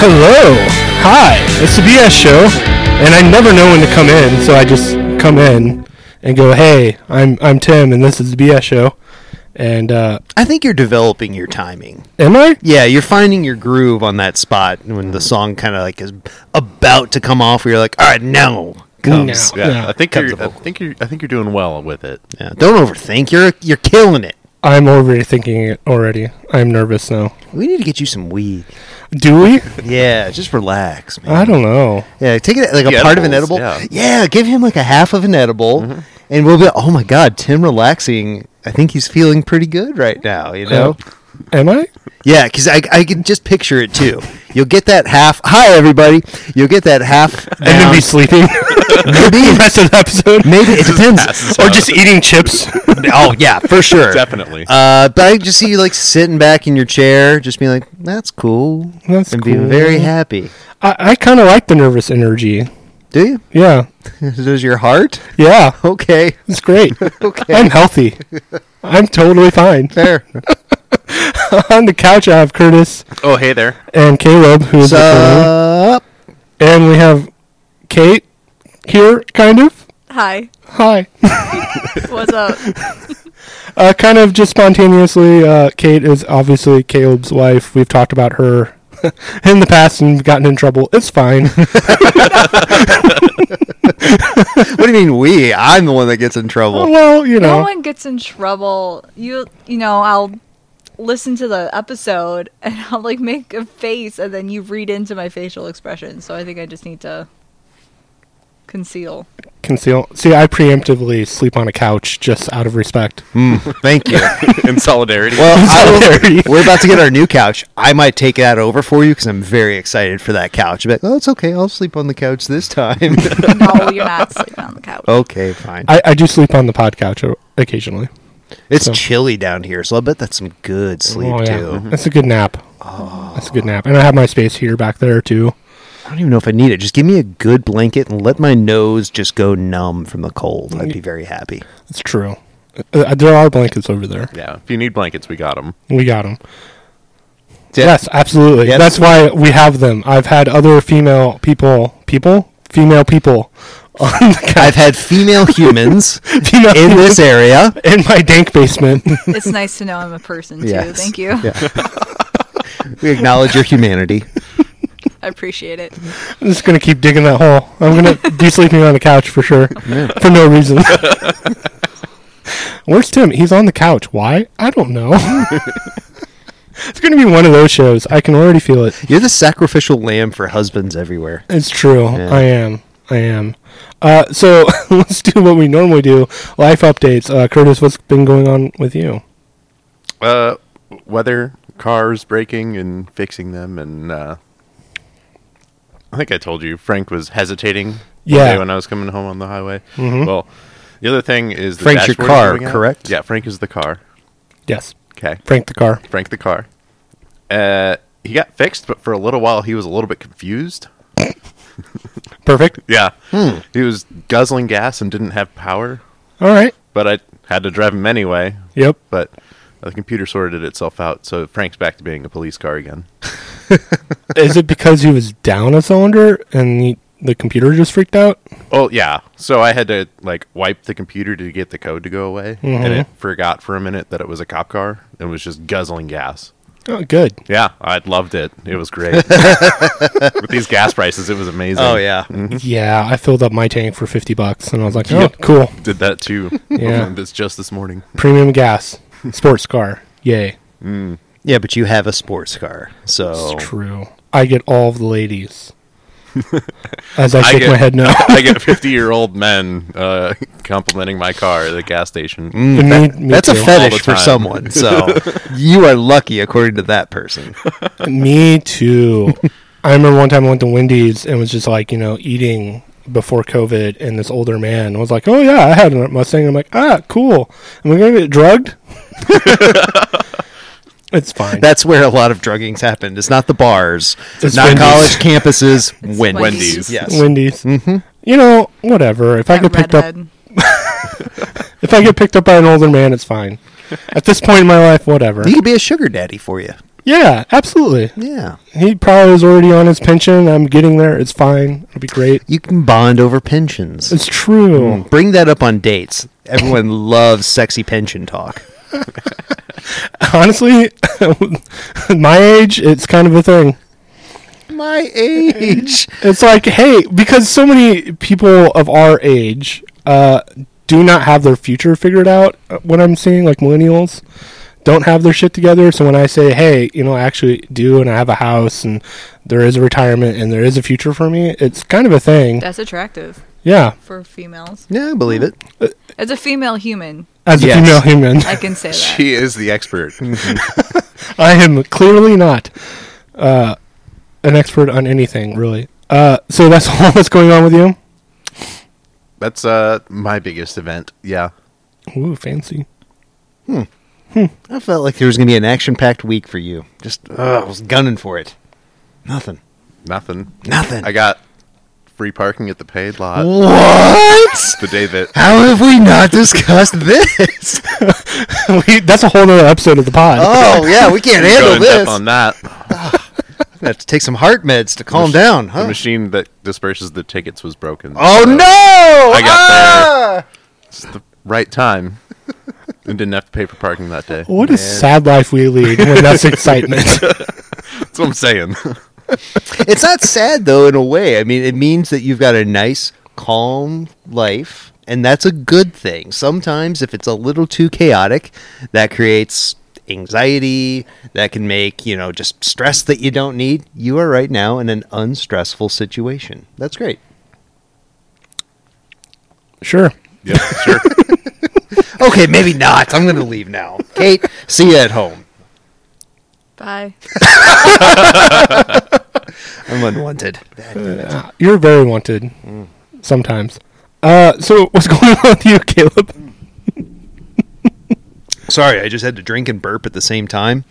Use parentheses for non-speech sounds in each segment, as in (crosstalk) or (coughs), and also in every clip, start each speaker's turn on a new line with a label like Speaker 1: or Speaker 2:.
Speaker 1: Hello. Hi. It's the BS show, and I never know when to come in, so I just come in and go, "Hey, I'm I'm Tim, and this is the BS show." And uh,
Speaker 2: I think you're developing your timing.
Speaker 1: am I?
Speaker 2: Yeah, you're finding your groove on that spot when the song kind of like is about to come off. Where you're like, all right, now comes.
Speaker 1: Now.
Speaker 2: Yeah.
Speaker 3: Yeah,
Speaker 1: Yeah,
Speaker 3: I think
Speaker 2: comes
Speaker 3: you're.
Speaker 2: the
Speaker 3: I
Speaker 2: vocal.
Speaker 3: think you're. I think you're doing well with it.
Speaker 2: don't overthink. You're you're killing it.
Speaker 1: I'm overthinking it already. I'm nervous now.
Speaker 2: We need to get you some weed.
Speaker 1: Do we?
Speaker 2: Yeah, just relax, man.
Speaker 1: I don't know.
Speaker 2: Yeah, take it like a
Speaker 3: The
Speaker 2: part of an edible.
Speaker 3: edibles, Mm-hmm.
Speaker 2: Yeah. give him like a half of an edible, and we'll be. Oh my God, Tim relaxing. I think he's feeling pretty good right now. You know.
Speaker 1: Am I?
Speaker 2: Yeah, because I, I can just picture it too. You'll get that half. Hi, everybody. You'll get that half.
Speaker 1: And then
Speaker 2: (laughs) down.
Speaker 1: be sleeping (laughs) the
Speaker 2: maybe,
Speaker 1: rest of the episode,
Speaker 2: maybe (laughs) it depends.
Speaker 3: passes
Speaker 1: (laughs) or
Speaker 3: out.
Speaker 1: just eating chips. (laughs)
Speaker 2: Oh yeah, for (laughs) sure,
Speaker 3: Definitely.
Speaker 2: Uh, but I just see you like sitting back in your chair, just being like, "That's cool,"
Speaker 1: That's
Speaker 2: and being
Speaker 1: cool.
Speaker 2: very happy.
Speaker 1: I, I kind of like the nervous energy.
Speaker 2: Do you? (laughs)
Speaker 1: Yeah.
Speaker 2: Does your heart?
Speaker 1: Yeah.
Speaker 2: Okay,
Speaker 1: It's great.
Speaker 2: (laughs) Okay.
Speaker 1: I'm
Speaker 2: (laughs)
Speaker 1: healthy. I'm totally fine.
Speaker 2: fair.
Speaker 1: (laughs) On the couch, I have Curtis
Speaker 3: Oh, hey there.
Speaker 1: and Caleb, who's
Speaker 2: uh,
Speaker 1: recording.
Speaker 2: Sup?
Speaker 1: and we have Kate here, kind of.
Speaker 4: Hi.
Speaker 1: Hi.
Speaker 4: What's up?
Speaker 1: (laughs) Uh, kind of just spontaneously, uh, Kate is obviously Caleb's wife. We've talked about her (laughs) in the past and gotten in trouble. It's
Speaker 2: (laughs)
Speaker 1: fine.
Speaker 2: What do you mean we? I'm the one that gets in (laughs)
Speaker 1: (laughs)
Speaker 2: trouble.
Speaker 1: well, you
Speaker 4: No
Speaker 1: know,
Speaker 4: one gets in trouble. You you know, I'll listen to the episode (laughs) and I'll like make a face and then you read into my facial expression. So I think I just need to conceal.
Speaker 1: conceal. See, I preemptively sleep on a couch just out of respect.
Speaker 2: Hmm. Mm, Thank you.
Speaker 3: (laughs) In solidarity.
Speaker 2: Well, I
Speaker 1: Sorry.
Speaker 2: will, (laughs) we're about to get our new couch. I might take that over for you because I'm very excited for that couch. But oh, it's okay. I'll sleep on the couch this time.
Speaker 1: (laughs)
Speaker 4: No, you're not sleeping on the couch.
Speaker 2: (laughs)
Speaker 1: Oh.
Speaker 2: okay, fine.
Speaker 1: I, I do sleep on the pod couch o- occasionally.
Speaker 2: it's
Speaker 1: so-
Speaker 2: chilly down here, so I bet that's some good sleep
Speaker 1: oh, yeah.
Speaker 2: too.
Speaker 1: That's a good nap. Oh. That's a good nap. And I have my space here back there, too.
Speaker 2: I don't even know if I need it. Just give me a good blanket and let my nose just go numb from the cold. I'd be
Speaker 1: (laughs)
Speaker 2: very happy.
Speaker 1: It's true. Uh, there are blankets over there.
Speaker 3: yeah. If you need blankets, we got them.
Speaker 1: We got them.
Speaker 2: Yeah.
Speaker 1: Yes, absolutely.
Speaker 2: Yes.
Speaker 1: That's why we have them. I've had other female people, people, female people, on the couch,
Speaker 2: I've had female humans
Speaker 1: female
Speaker 2: (laughs) in this area.
Speaker 1: (laughs) in my dank
Speaker 2: (laughs)
Speaker 1: basement. (laughs)
Speaker 4: It's nice to know I'm a person too.
Speaker 2: Yes.
Speaker 4: Thank you.
Speaker 2: We acknowledge your humanity.
Speaker 4: I appreciate it.
Speaker 1: I'm just gonna keep digging that hole. I'm
Speaker 2: (laughs)
Speaker 1: gonna be sleeping on the couch for sure, (laughs) for no reason. Where's Tim? He's on the couch. Why? I don't
Speaker 2: (laughs)
Speaker 1: know. (laughs) it's gonna be one of those shows. I can already feel it.
Speaker 2: You're the sacrificial lamb for husbands everywhere.
Speaker 1: It's true.
Speaker 2: Yeah.
Speaker 1: I am. I am. Uh, so (laughs) let's do what we normally do: life updates. Uh, Curtis, what's been going on with you?
Speaker 3: Uh, weather, cars breaking and fixing them, and uh, I think I told you Frank was hesitating. one
Speaker 1: Yeah.
Speaker 3: day When I was coming home on the highway. Well, the other thing is
Speaker 2: Mm-hmm.
Speaker 3: the
Speaker 2: Frank's your
Speaker 3: dashboard
Speaker 2: car,
Speaker 3: giving out.
Speaker 2: correct?
Speaker 3: Yeah, Frank is the car.
Speaker 1: Yes,
Speaker 3: Okay.
Speaker 1: Frank the car.
Speaker 3: Frank the car. Uh, he got fixed, but for a little while he was a little bit confused.
Speaker 1: Perfect.
Speaker 3: Yeah. He was guzzling gas and didn't have power,
Speaker 1: All right.
Speaker 3: but I had to drive him anyway.
Speaker 1: Yep.
Speaker 3: But the computer sorted itself out, so Frank's back to being a police car again. (laughs)
Speaker 1: Is it because he was down a cylinder and the, the computer just freaked out?
Speaker 3: Oh, yeah. So I had to, like, wipe the computer to get the code to go away, and it forgot for a minute that it was a cop car and was just guzzling gas.
Speaker 1: Oh, good.
Speaker 3: Yeah, I loved it. It was great. With these gas prices, it was amazing.
Speaker 2: Oh, yeah.
Speaker 1: Mm-hmm. Yeah, I filled up my tank for fifty bucks, and I was like, "Oh,
Speaker 3: Yep.
Speaker 1: cool,
Speaker 3: Did that too.
Speaker 1: Yeah.
Speaker 3: That's just (laughs) this morning.
Speaker 1: premium (laughs) gas, sports car, yay!"
Speaker 2: Yeah, but you have a sports car, so
Speaker 1: It's true. I get all of the ladies. As I shake
Speaker 3: get-
Speaker 1: my head
Speaker 3: (laughs)
Speaker 1: no.
Speaker 3: I get 50 year old men uh, complimenting my car at a gas station.
Speaker 1: (laughs) Me- me
Speaker 2: that's a
Speaker 1: too.
Speaker 2: fetish
Speaker 3: All the
Speaker 2: for
Speaker 3: time.
Speaker 2: someone. So
Speaker 3: (laughs)
Speaker 2: you are lucky, according to that person.
Speaker 1: (laughs) Me too. I remember one time I went to Wendy's and was just like, you know, eating before COVID, and this older man was like, "Oh yeah, I had a Mustang." I'm like, "Ah, cool. Am I going to get drugged?" it's fine.
Speaker 2: (laughs) That's where a lot of druggings happened. It's not the bars,
Speaker 1: It's
Speaker 2: not
Speaker 1: Wendy's.
Speaker 2: college campuses. Wendy's.
Speaker 4: Wendy's.
Speaker 2: Yes.
Speaker 1: Wendy's. You know, whatever. If I
Speaker 4: That
Speaker 1: get picked up,
Speaker 4: redhead.
Speaker 1: if I get picked up by an older man, it's fine. At this point in my life, whatever.
Speaker 2: He could be a sugar daddy for you.
Speaker 1: Yeah, absolutely.
Speaker 2: Yeah.
Speaker 1: He probably is already on his pension. I'm getting there. It's fine. It'll be great.
Speaker 2: You can bond over pensions.
Speaker 1: It's true.
Speaker 2: Bring that up on dates. (laughs) Everyone loves sexy pension talk.
Speaker 1: Honestly, (laughs) my age, it's kind of a thing.
Speaker 2: My age.
Speaker 1: It's like, hey, because so many people of our age uh, do not have their future figured out. uh, What I'm seeing, like millennials, don't have their shit together. So when I say, hey, you know, I actually do, and I have a house, and there is a retirement, and there is a future for me, it's kind of a thing.
Speaker 4: That's attractive
Speaker 1: Yeah,
Speaker 4: for females.
Speaker 2: (laughs) Yeah, I believe it.
Speaker 4: As a female human,
Speaker 1: as
Speaker 2: Yes.
Speaker 1: a female human,
Speaker 4: I can say that.
Speaker 3: She is the expert.
Speaker 1: (laughs) I am clearly not uh, an expert on anything, really. Uh, so that's (laughs) all that's going on with you.
Speaker 3: That's uh my biggest event. Yeah.
Speaker 1: Ooh, fancy.
Speaker 2: I felt like there was going to be an action packed week for you. Just, uh, I was gunning for it. Nothing.
Speaker 3: Nothing.
Speaker 2: Nothing.
Speaker 3: I got free parking at the paid lot
Speaker 2: what?
Speaker 3: the day that
Speaker 2: How have we not discussed this?
Speaker 1: (laughs) We- that's a whole nother episode of the pod.
Speaker 2: (laughs) oh, yeah, we (laughs) can't (laughs)
Speaker 3: you go
Speaker 2: handle
Speaker 3: in depth
Speaker 2: this.
Speaker 3: on that.
Speaker 2: I'm gonna have to take some heart meds to calm
Speaker 3: mach-
Speaker 2: down, huh?
Speaker 3: The machine that disperses the tickets was broken.
Speaker 2: oh,
Speaker 3: So
Speaker 2: no! I
Speaker 3: got
Speaker 2: ah!
Speaker 3: It's the right time. (laughs) and didn't have to pay for parking that day.
Speaker 1: What a sad life we lead when that's excitement.
Speaker 3: That's what I'm saying. (laughs)
Speaker 2: It's not sad, though, in a way. I mean, it means that you've got a nice, calm life, and that's a good thing. Sometimes, if it's a little too chaotic, that creates anxiety, that can make, you know, just stress that you don't need. You are right now in an unstressful situation. That's great.
Speaker 1: Sure.
Speaker 3: yep, sure.
Speaker 2: Okay, maybe not. I'm going to leave (laughs) now. Kate, see you at home.
Speaker 4: Bye.
Speaker 2: I'm unwanted.
Speaker 1: You're very wanted sometimes. Uh, so what's (laughs) going on with you, Caleb?
Speaker 2: Sorry, I just had to drink and burp at the same time.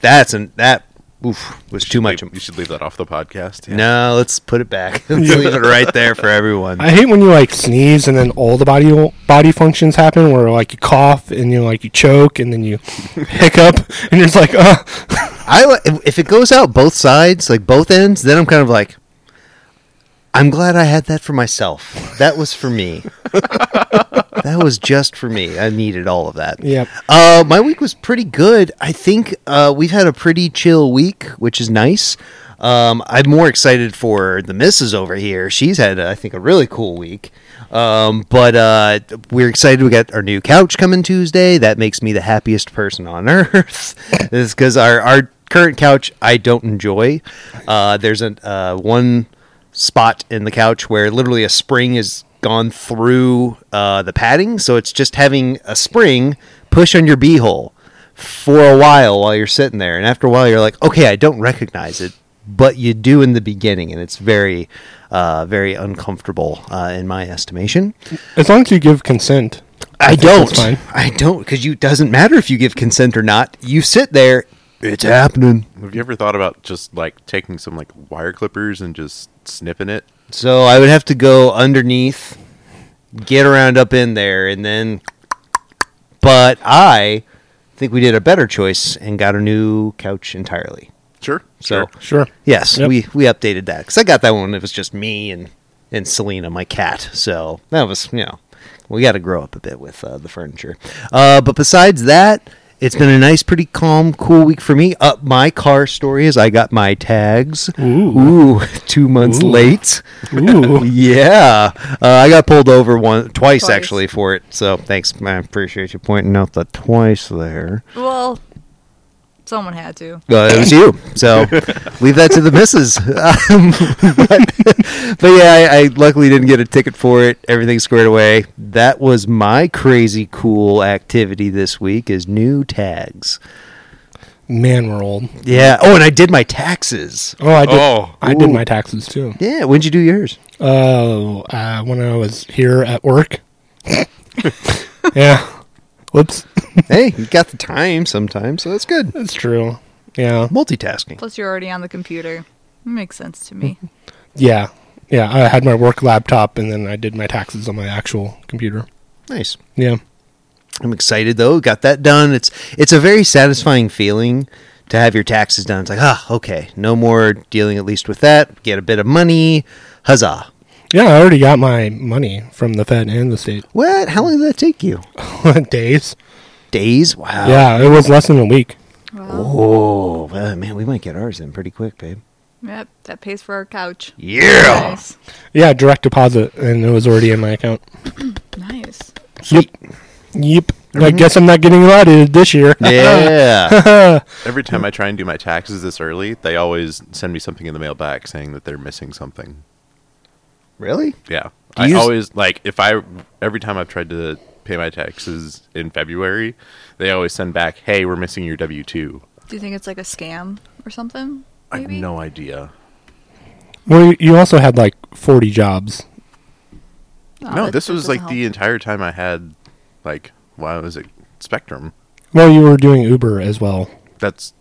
Speaker 2: That's an that oof, was too much.
Speaker 3: You should leave that off the podcast. yeah.
Speaker 2: No, let's put it
Speaker 3: (laughs)
Speaker 2: back. (laughs) Let's leave it right there for everyone.
Speaker 1: I hate when you like sneeze and then all the body body functions happen where like you cough and you like you choke and then you hiccup and you're just like, uh, (laughs)
Speaker 2: I li- if it goes out both sides, like both ends, then I'm kind of like, I'm glad I had that for myself. That was for
Speaker 3: (laughs)
Speaker 2: me. that was just for me. I needed all of that.
Speaker 1: Yep.
Speaker 2: Uh, my week was pretty good. I think uh, we've had a pretty chill week, which is nice. Um, I'm more excited for the missus over here. She's had, I think, a really cool week. Um, but uh, we're excited. We got our new couch coming Tuesday. That makes me the happiest person on earth. (laughs) is because our our current couch I don't enjoy. Uh, there's a uh, one spot in the couch where literally a spring is gone through uh, the padding. So it's just having a spring push on your beehole for a while while you're sitting there. And after a while, you're like, okay, I don't recognize it, but you do in the beginning. And it's very, uh, very uncomfortable uh, in my estimation.
Speaker 1: as long as you give consent.
Speaker 2: I
Speaker 1: think that's fine.
Speaker 2: don't. I don't because you doesn't matter if you give consent or not. You sit there. It's happening.
Speaker 3: Have you ever thought about just like taking some like wire clippers and just snipping it?
Speaker 2: So I would have to go underneath, get around up in there, and then. But I think we did a better choice and got a new couch entirely.
Speaker 3: Sure.
Speaker 2: So
Speaker 3: sure.
Speaker 1: Sure.
Speaker 2: yes,
Speaker 1: Yep.
Speaker 2: we we updated that because I got that one. It was just me and and Selena, my cat. So that was you know we got to grow up a bit with uh, the furniture. Uh, but besides that. It's been a nice, pretty calm, cool week for me. Uh, my car story is I got my tags. Ooh, (laughs) two months late.
Speaker 1: Ooh.
Speaker 2: (laughs) Yeah, uh, I got pulled over one twice,
Speaker 4: Twice.
Speaker 2: actually for it. So thanks, I appreciate you pointing out the twice there.
Speaker 4: Well, someone had to.
Speaker 2: Uh, it was you, so leave that to the missus. (laughs) Um, but, (laughs) but yeah, I, I luckily didn't get a ticket for it. Everything squared away. That was my crazy cool activity this week is new tags.
Speaker 1: Man, we're old.
Speaker 2: Yeah. Oh, and I did my taxes.
Speaker 1: Oh, I did.
Speaker 3: Oh.
Speaker 1: I did
Speaker 2: Ooh.
Speaker 1: my taxes too.
Speaker 2: Yeah. When'd you do yours?
Speaker 1: Oh, uh, when I was here at work. (laughs) yeah. Whoops.
Speaker 2: hey, you got the time sometimes, so that's good.
Speaker 1: That's true. Yeah.
Speaker 2: Multitasking.
Speaker 4: Plus, you're already on the computer. Makes sense to me.
Speaker 1: Yeah. Yeah. I had my work laptop and then I did my taxes on my actual computer.
Speaker 2: Nice.
Speaker 1: Yeah.
Speaker 2: I'm excited though. Got that done. It's it's a very satisfying feeling to have your taxes done. It's like, ah, okay, no more dealing at least with that. Get a bit of money. Huzzah.
Speaker 1: Yeah, I already got my money from the Fed and the state. (laughs)
Speaker 2: What? How long did that take you?
Speaker 1: Days.
Speaker 2: Days? Wow.
Speaker 1: Yeah, it was less than a week.
Speaker 4: Well,
Speaker 2: Oh, well, man, we might get ours in pretty quick, babe.
Speaker 4: yep, that pays for our couch. (laughs)
Speaker 2: Yeah.
Speaker 4: Nice.
Speaker 1: Yeah, direct deposit, and it was already in my account.
Speaker 4: Nice.
Speaker 2: Sweet.
Speaker 1: Yep. I guess I'm not getting allotted this year.
Speaker 2: Yeah.
Speaker 3: Every time I try and do my taxes this early, they always send me something in the mail back saying that they're missing something.
Speaker 2: really?
Speaker 3: Yeah.
Speaker 2: Do
Speaker 3: I
Speaker 2: you s-
Speaker 3: always like if I every time I've tried to pay my taxes in February, they always send back, "Hey, we're missing your W two.
Speaker 4: Do you think it's like a scam or something?
Speaker 3: I have
Speaker 4: Maybe?
Speaker 3: no idea.
Speaker 1: Well, you also had like 40 jobs.
Speaker 4: Oh,
Speaker 3: no,
Speaker 4: that-
Speaker 3: this
Speaker 4: that
Speaker 3: was like
Speaker 4: doesn't
Speaker 3: the
Speaker 4: help.
Speaker 3: entire time I had like why was it Spectrum?
Speaker 1: Well, you were doing Uber as well.
Speaker 3: That's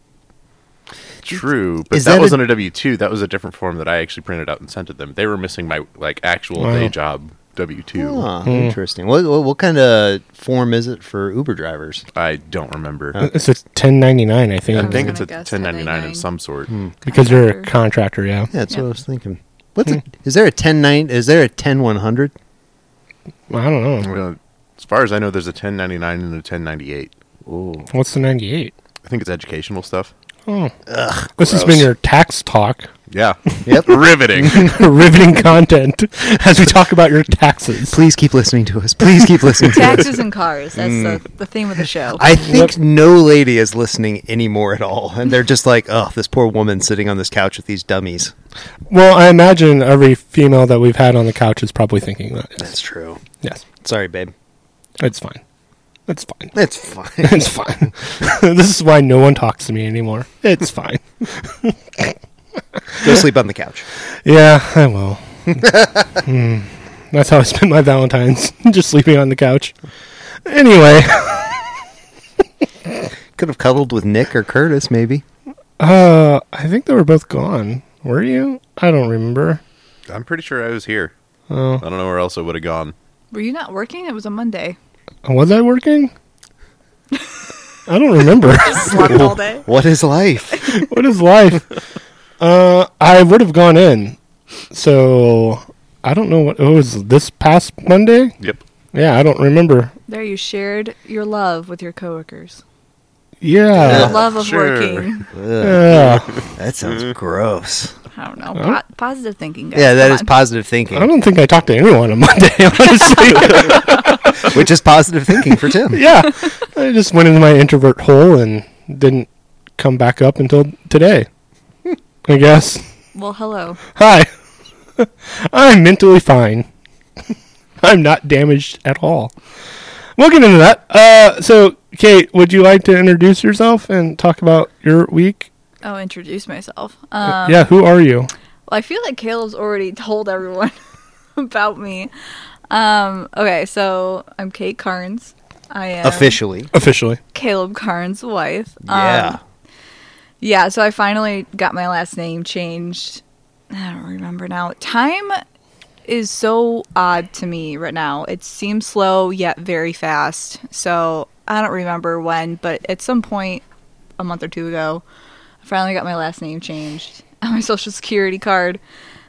Speaker 3: true, but
Speaker 2: is
Speaker 3: that,
Speaker 2: that a-
Speaker 3: wasn't a W two. That was a different form that I actually printed out and sent to them. They were missing my like actual
Speaker 1: Wow.
Speaker 3: day job W two.
Speaker 2: Huh, Interesting. What, what, what kind of form is it for Uber drivers?
Speaker 3: I don't remember.
Speaker 1: It's a 1099, I think.
Speaker 3: I
Speaker 4: was
Speaker 3: think
Speaker 4: gonna
Speaker 3: it's a
Speaker 4: guess
Speaker 3: 1099
Speaker 4: 1099.
Speaker 3: of some sort.
Speaker 1: because you're a
Speaker 4: Contractor.
Speaker 1: contractor, yeah.
Speaker 2: Yeah, that's what
Speaker 4: Yeah.
Speaker 2: I was thinking. What's a, is there a ten nine? Is there a ten one hundred?
Speaker 1: I don't know.
Speaker 3: Well, As far as I know, there's a 1099 and a 1098.
Speaker 2: Oh,
Speaker 1: What's the 98?
Speaker 3: I think it's educational stuff.
Speaker 1: Oh. this has been your tax talk. (laughs)
Speaker 3: Yeah.
Speaker 2: Yep.
Speaker 3: (laughs) Riveting.
Speaker 1: Riveting content (laughs) as we talk about your taxes.
Speaker 2: please keep listening to us. Please keep listening
Speaker 4: (laughs)
Speaker 2: to us.
Speaker 3: (laughs)
Speaker 4: taxes and cars. That's
Speaker 3: Mm.
Speaker 4: the, the theme of the show.
Speaker 2: I think no lady is listening anymore at all, and they're just like, "Oh, this poor woman sitting on this couch with these dummies."
Speaker 1: Well, I imagine every female that we've had on the couch is probably thinking that.
Speaker 2: That's true.
Speaker 1: Yes,
Speaker 2: Sorry, babe.
Speaker 1: it's fine. It's fine. (laughs)
Speaker 2: That's fine.
Speaker 1: It's fine. (laughs) this is why no one talks to me anymore. It's fine.
Speaker 2: (laughs)
Speaker 1: (laughs)
Speaker 2: Go sleep on the couch.
Speaker 1: Yeah, I will. (laughs) Hmm. That's how I spent my Valentine's, (laughs) just sleeping on the couch. Anyway,
Speaker 2: Could have cuddled with Nick or Curtis, maybe.
Speaker 1: uh, I think they were both gone. Were you? I don't remember.
Speaker 3: I'm pretty sure I was here.
Speaker 1: Oh,
Speaker 3: I don't know where else I would have gone.
Speaker 4: Were you not working? It was a Monday.
Speaker 3: (laughs)
Speaker 1: Uh, was I working? I don't remember. (laughs)
Speaker 4: Slept all day.
Speaker 2: What is life?
Speaker 1: what is life? Uh, I would have gone in. So I don't know what it was this past Monday.
Speaker 3: Yep.
Speaker 1: Yeah, I don't remember.
Speaker 4: There, you shared your love with your coworkers. The
Speaker 1: Yeah,
Speaker 4: love of
Speaker 3: Uh, Sure.
Speaker 4: working.
Speaker 2: Ugh,
Speaker 1: yeah.
Speaker 2: that sounds gross.
Speaker 4: I don't know. Po- positive thinking, guys.
Speaker 2: Yeah, that
Speaker 4: Come
Speaker 2: is
Speaker 4: on.
Speaker 2: positive thinking,
Speaker 1: I don't think I talked to anyone on Monday. (laughs) Honestly,
Speaker 2: which is positive thinking for (laughs) Tim.
Speaker 1: yeah, I just went into my introvert hole and didn't come back up until today. I guess.
Speaker 4: Well, hello.
Speaker 1: Hi, (laughs) I'm mentally fine. (laughs) I'm not damaged at all. We'll get into that. Uh, so, Kate, would you like to introduce yourself and talk about your week?
Speaker 4: I'll Oh, introduce myself. Um,
Speaker 1: yeah, who are you?
Speaker 4: Well, I feel like Caleb's already told everyone (laughs) about me. Um, okay, so I'm Kate Carnes. I am
Speaker 2: Officially,
Speaker 1: Officially.
Speaker 4: Caleb Carnes' wife.
Speaker 2: yeah.
Speaker 4: Um, yeah, so I finally got my last name changed. I don't remember now. Time is so odd to me right now. It seems slow yet very fast. So I don't remember when, but at some point a month or two ago, I finally got my last name changed (laughs) on my social security card.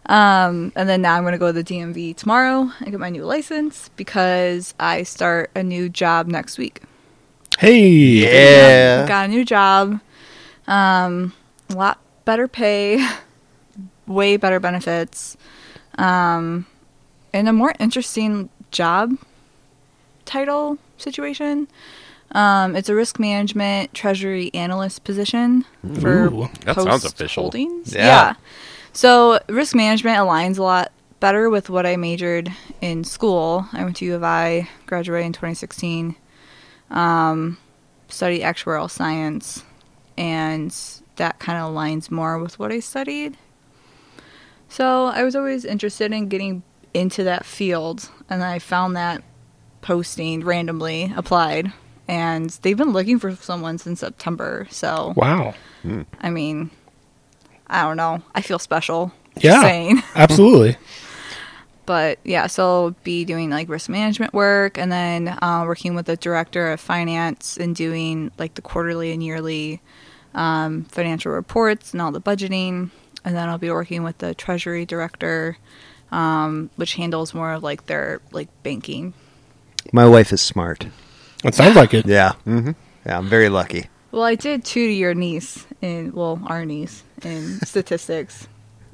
Speaker 4: Um, and then now I'm going to go to the DMV tomorrow and get my new license because I start a new job next week.
Speaker 1: Hey.
Speaker 2: Yeah.
Speaker 4: Got a new job. Um, a lot better pay, (laughs) way better benefits, um, and a more interesting job title situation. Um, it's a risk management treasury analyst position for
Speaker 1: Ooh,
Speaker 3: that sounds
Speaker 4: Post
Speaker 3: official.
Speaker 4: holdings.
Speaker 2: Yeah.
Speaker 4: Yeah. So risk management aligns a lot better with what I majored in school. I went to U of I, graduated in 2016, um, studied actuarial science, and that kind of aligns more with what I studied. So I was always interested in getting into that field, and I found that posting randomly, applied, and they've been looking for someone since September. So
Speaker 1: Wow.
Speaker 4: I mean, I don't know. I feel special. just
Speaker 1: Yeah.
Speaker 4: saying. (laughs)
Speaker 1: Absolutely.
Speaker 4: But yeah, so be doing like risk management work and then uh, working with the director of finance and doing like the quarterly and yearly um, financial reports and all the budgeting. And then I'll be working with the treasury director, um, which handles more of like their like banking.
Speaker 2: My wife is smart.
Speaker 1: It sounds like it.
Speaker 2: Yeah. Mm-hmm. Yeah, I'm very lucky.
Speaker 4: Well, I did two to your niece in well our niece in statistics.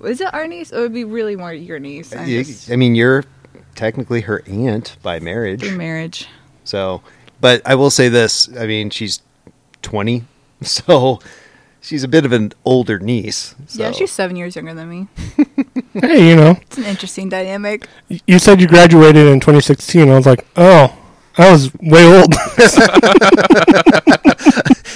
Speaker 4: Is it our niece? It would be really more your niece. I'm
Speaker 2: You-
Speaker 4: just-
Speaker 2: I mean, you're technically her aunt by marriage.
Speaker 4: through marriage.
Speaker 2: So, but I will say this. I mean, she's 20, (laughs) so she's a bit of an older niece. So.
Speaker 4: Yeah, she's seven years younger than me.
Speaker 1: Hey, you know,
Speaker 4: It's an interesting
Speaker 2: (laughs)
Speaker 4: dynamic.
Speaker 1: y- you said you graduated in 2016. I was like, oh, I was way old.
Speaker 2: (laughs)
Speaker 1: (laughs)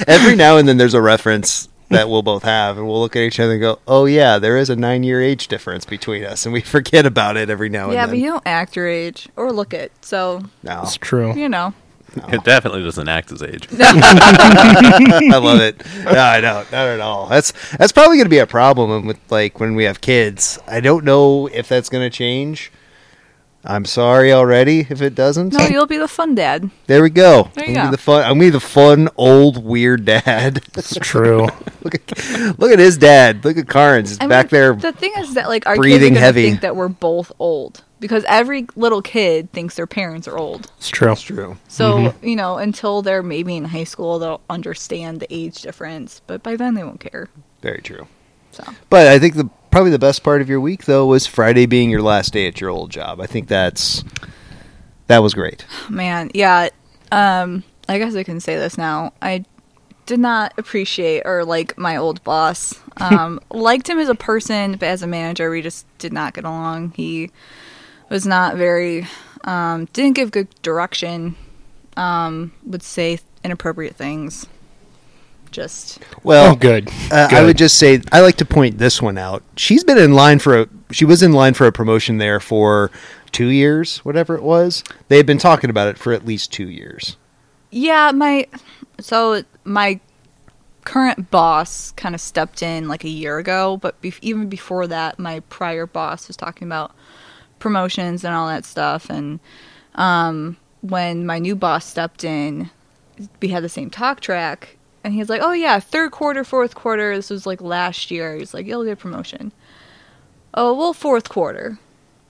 Speaker 2: Every now and then there's a reference that we'll both have, and we'll look at each other and go, oh, yeah, there is a nine year age difference between us, and we (laughs) forget about it every now and
Speaker 4: yeah,
Speaker 2: then.
Speaker 4: but you don't act your age or look it.
Speaker 2: (laughs)
Speaker 4: So,
Speaker 2: No.
Speaker 1: That's true.
Speaker 4: you know.
Speaker 3: It definitely doesn't act his age.
Speaker 2: I love it. No, I don't. Not at all. That's that's probably going to be a problem with like when we have kids. I don't know if that's going to change. I'm sorry already if it doesn't.
Speaker 4: No, you'll be the fun dad.
Speaker 2: There we go.
Speaker 4: There
Speaker 2: I'm
Speaker 4: you
Speaker 2: gonna
Speaker 4: go.
Speaker 2: be the fun. I'm gonna be the fun old weird dad. (laughs)
Speaker 1: It's true.
Speaker 2: look, at, look at his dad. Look at Carnes. He's
Speaker 4: I mean,
Speaker 2: back there.
Speaker 4: The thing is that, like, our kids are
Speaker 2: breathing
Speaker 4: gonna
Speaker 2: heavy.
Speaker 4: think that we're both old because every little kid thinks their parents are old.
Speaker 1: It's true.
Speaker 2: That's true.
Speaker 4: So,
Speaker 2: Mm-hmm.
Speaker 4: you know, until they're maybe in high school, they'll understand the age difference. But by then, they won't care.
Speaker 2: Very true.
Speaker 4: So,
Speaker 2: But I think the probably the best part of your week though was Friday being your last day at your old job. I think that's that was great.
Speaker 4: man, yeah. Um, I guess I can say this now. I did not appreciate or like my old boss. Um, liked him as a person, but as a manager, we just did not get along. He was not very, um, didn't give good direction, um, would say inappropriate things. Just,
Speaker 2: Well,
Speaker 1: Oh, good.
Speaker 2: Uh, I
Speaker 1: Good.
Speaker 2: would just say I like to point this one out. She's been in line for a she was in line for a promotion there for two years, whatever it was. They had been talking about it for at least two years.
Speaker 4: yeah, my, so my current boss kind of stepped in like a year ago, but bef even before that, my prior boss was talking about promotions and all that stuff. And um, when my new boss stepped in, we had the same talk track, and he was like, "Oh yeah, third quarter, fourth quarter. This was like last year. He's like, you'll get a promotion. Oh well, fourth quarter."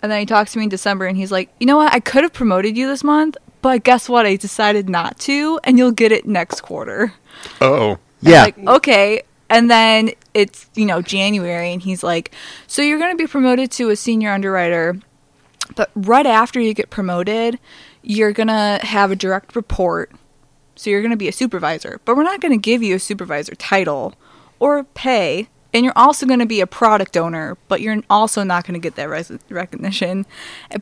Speaker 4: And then he talks to me in December, and he's like, "You know what? I could have promoted you this month." But guess what? I decided not to, and you'll get it next quarter (laughs)
Speaker 3: Oh,
Speaker 2: Yeah,
Speaker 4: like okay and then it's you know january and he's like so you're going to be promoted to a senior underwriter but right after you get promoted you're going to have a direct report so you're going to be a supervisor but we're not going to give you a supervisor title or pay and you're also going to be a product owner but you're also not going to get that res- recognition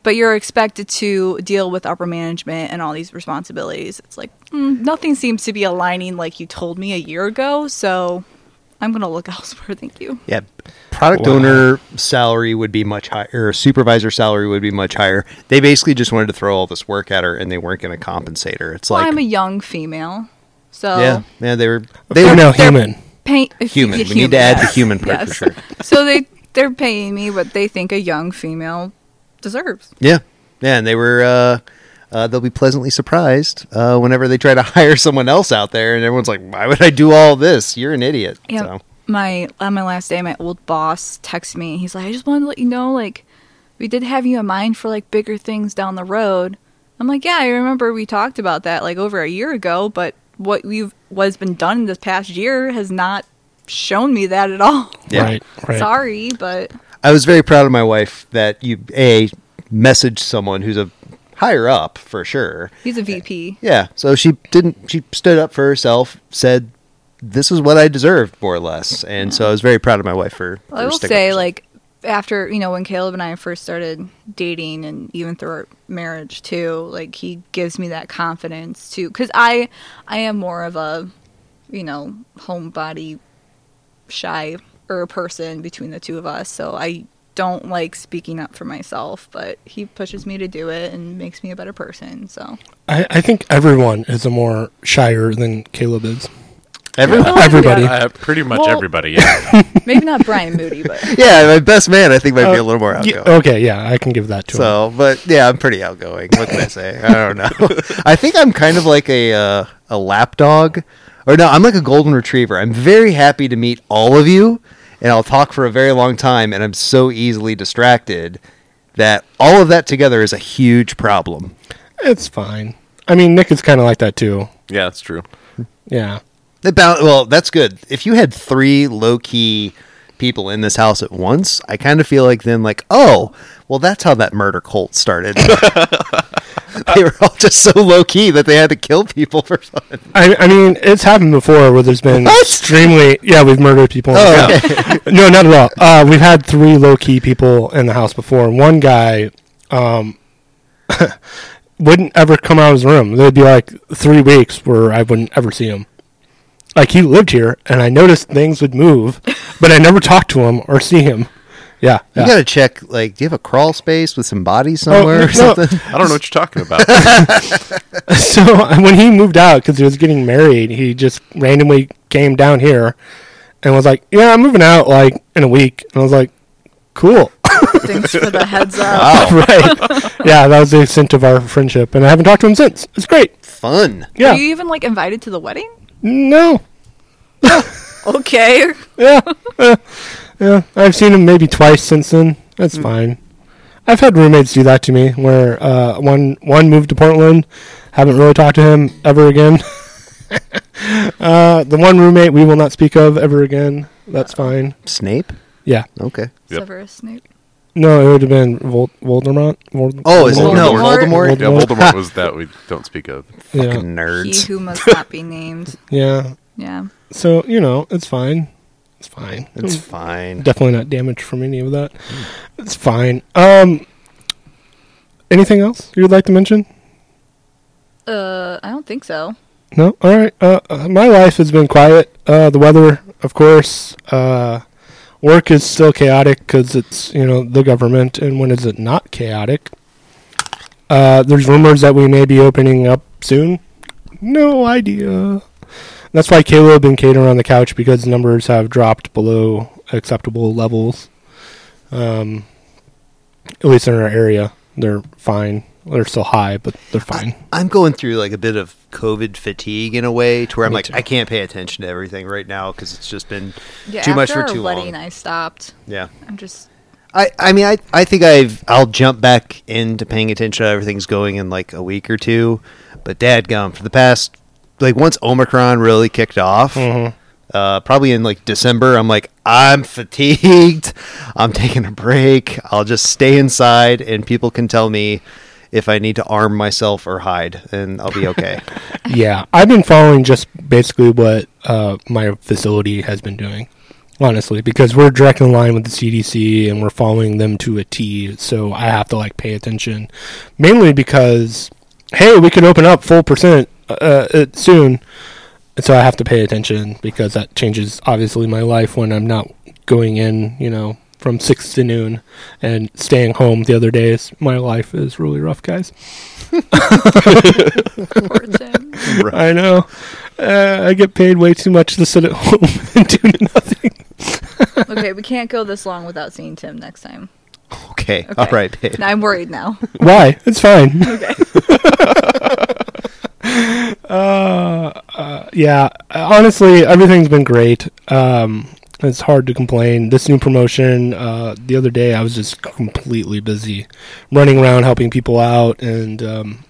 Speaker 4: but you're expected to deal with upper management and all these responsibilities it's like mm, nothing seems to be aligning like you told me a year ago so i'm going to look (laughs) elsewhere thank you
Speaker 2: yeah. Product
Speaker 1: Wow.
Speaker 2: owner salary would be much higher. Or supervisor salary would be much higher. They basically just wanted to throw all this work at her, and they weren't going to compensate her. It's
Speaker 4: Well,
Speaker 2: like
Speaker 4: I'm a young female so
Speaker 2: yeah, yeah. They were
Speaker 1: They
Speaker 2: they
Speaker 1: are
Speaker 2: were
Speaker 1: now
Speaker 4: they're-
Speaker 1: human.
Speaker 4: pay- if you-
Speaker 2: human. We need to add the human part for sure.
Speaker 4: (laughs) so they they're paying me what they think a young female deserves
Speaker 2: Yeah, yeah, and they were. Uh, uh, they'll be pleasantly surprised uh, whenever they try to (laughs) hire someone else out there, and everyone's like, "Why would I do all this? You're an idiot."
Speaker 4: Yeah.
Speaker 2: So,
Speaker 4: My on my last day, my old boss texted me. He's like, I just wanted to let you know, like, we did have you in mind for like bigger things down the road. I'm like, yeah, I remember we talked about that like over a year ago, but what we've what's been done this past year has not shown me that at all.
Speaker 2: yeah.
Speaker 1: Right. Right.
Speaker 4: (laughs) Sorry, but
Speaker 2: I was very proud of my wife that you a messaged someone who's a higher up for sure.
Speaker 4: he's a VP.
Speaker 2: Yeah, so she didn't. She stood up for herself, said, "This is what I deserved," more or less. And so I was very proud of my wife for.
Speaker 4: I
Speaker 2: for
Speaker 4: will
Speaker 2: sticking up
Speaker 4: say,
Speaker 2: for
Speaker 4: like, after, you know, when Caleb and I first started dating and even through our marriage, too, like, he gives me that confidence, too. Because I, I am more of a, you know, homebody, shy er person between the two of us. So I don't like speaking up for myself, but he pushes me to do it and makes me a better person. So
Speaker 1: I, I think everyone is a more shyer than Caleb is.
Speaker 2: everyone.
Speaker 1: Everybody.
Speaker 3: uh, pretty much
Speaker 4: Well-
Speaker 3: everybody. Yeah.
Speaker 4: maybe not Brian Moody,
Speaker 1: (laughs)
Speaker 4: but
Speaker 2: Yeah, my best man, I think, might be a little more
Speaker 1: Oh, Yeah,
Speaker 2: outgoing.
Speaker 1: okay, yeah, I can give that to him.
Speaker 2: So, but yeah, I'm pretty outgoing. What can I say? I don't know. I think I'm kind of like a uh, a lapdog, Or no, I'm like a golden retriever. I'm very happy to meet all of you, and I'll talk for a very long time, and I'm so easily distracted that all of that together is a huge problem.
Speaker 1: It's fine. I mean, Nick is kind of like that too.
Speaker 3: (laughs) Yeah, that's true.
Speaker 1: Yeah.
Speaker 2: The bal- well, that's good. If you had three low key people in this house at once, I kind of feel like then, like, oh, well, that's how that murder cult started. they were all just so low key that they had to kill people for fun.
Speaker 1: I, I mean, it's happened before where there's been
Speaker 2: What? Oh,
Speaker 1: extremely. Yeah, we've murdered people. in the house.
Speaker 2: (laughs) okay.
Speaker 1: no, not at all. Uh, we've had three low key people in the house before. One guy um, (laughs) wouldn't ever come out of his room. There'd be like three weeks where I wouldn't ever see him. Like he lived here, and I noticed things would move, but I never talked to him or see him. Yeah,
Speaker 2: You
Speaker 1: yeah.
Speaker 2: gotta check. Like, do you have a crawl space with some bodies somewhere
Speaker 1: no.
Speaker 2: or something?
Speaker 3: I don't know what you're talking (laughs) about.
Speaker 1: (laughs) so when he moved out because he was getting married, he just randomly came down here and was like, "Yeah, I'm moving out like in a week." And I was like, "Cool."
Speaker 4: Thanks for the heads
Speaker 1: (laughs)
Speaker 4: up.
Speaker 1: right. Yeah, that was the extent of our friendship, and I haven't talked to him since. It's great.
Speaker 2: Fun.
Speaker 1: Yeah.
Speaker 4: Were you even like invited to the wedding?
Speaker 1: no.
Speaker 4: Okay.
Speaker 1: Yeah. Uh, yeah. I've seen him maybe twice since then. That's fine. I've had roommates do that to me, where uh, one one moved to Portland, haven't really talked to him ever again. (laughs) uh, the one roommate we will not speak of ever again. That's fine.
Speaker 2: Snape.
Speaker 1: Yeah.
Speaker 2: Okay.
Speaker 3: Yep.
Speaker 4: Severus Snape.
Speaker 1: No, it would have been Vol- Voldemort. Vold-
Speaker 2: Oh, is it no
Speaker 4: Voldemort.
Speaker 2: Voldemort?
Speaker 3: yeah, Voldemort was that we don't speak (laughs) of.
Speaker 1: Yeah.
Speaker 2: Fucking
Speaker 4: He
Speaker 2: nerds.
Speaker 4: who must not be named.
Speaker 1: Yeah.
Speaker 4: Yeah.
Speaker 1: So you know, it's fine. It's fine.
Speaker 2: It's fine.
Speaker 1: definitely not damaged from any of that. It's fine. Um, anything else you'd like to mention?
Speaker 4: Uh, I don't think so.
Speaker 1: No. All right. Uh, uh, my life has been quiet. Uh, the weather, of course. Uh, work is still chaotic because it's you know the government, and when is it not chaotic? Uh, there's rumors that we may be opening up soon. No idea. That's why Caleb and Kate are on the couch because numbers have dropped below acceptable levels. Um, at least in our area, they're fine. They're still high, but they're fine.
Speaker 2: I'm going through like a bit of COVID fatigue in a way, to where I'm
Speaker 1: Me
Speaker 2: like,
Speaker 1: too.
Speaker 2: I can't pay attention to everything right now because it's just been
Speaker 4: Yeah,
Speaker 2: too much
Speaker 4: after
Speaker 2: for
Speaker 4: our
Speaker 2: too
Speaker 4: wedding,
Speaker 2: long.
Speaker 4: I stopped.
Speaker 2: yeah.
Speaker 4: I'm just.
Speaker 2: I, I mean I, I think I've I'll jump back into paying attention how everything's going in like a week or two, but dadgum for the past like once Omicron really kicked off, uh, probably in like December, I'm like I'm fatigued, (laughs) I'm taking a break, I'll just stay inside and people can tell me if I need to arm myself or hide and I'll be (laughs) okay.
Speaker 1: (laughs) Yeah, I've been following just basically what uh, my facility has been doing, honestly, because we're direct in line with the CDC and we're following them to a T. So I have to like pay attention, mainly because hey, we can open up full percent uh, uh, soon, and so I have to pay attention because that changes obviously my life when I'm not going in, you know, from six to noon and staying home the other days. My life is really rough, guys.
Speaker 4: Poor Tim.
Speaker 1: (laughs) I know. Uh, I get paid way too much to sit at home (laughs) and do nothing.
Speaker 4: okay, we can't go this long without seeing Tim next time.
Speaker 2: okay.
Speaker 4: Okay.
Speaker 2: All right, babe.
Speaker 4: Now I'm worried now.
Speaker 1: Why? It's fine. (laughs)
Speaker 4: Okay.
Speaker 1: Uh, uh, yeah. Honestly, everything's been great. Um, it's hard to complain. This new promotion, uh, the other day, I was just completely busy running around helping people out, and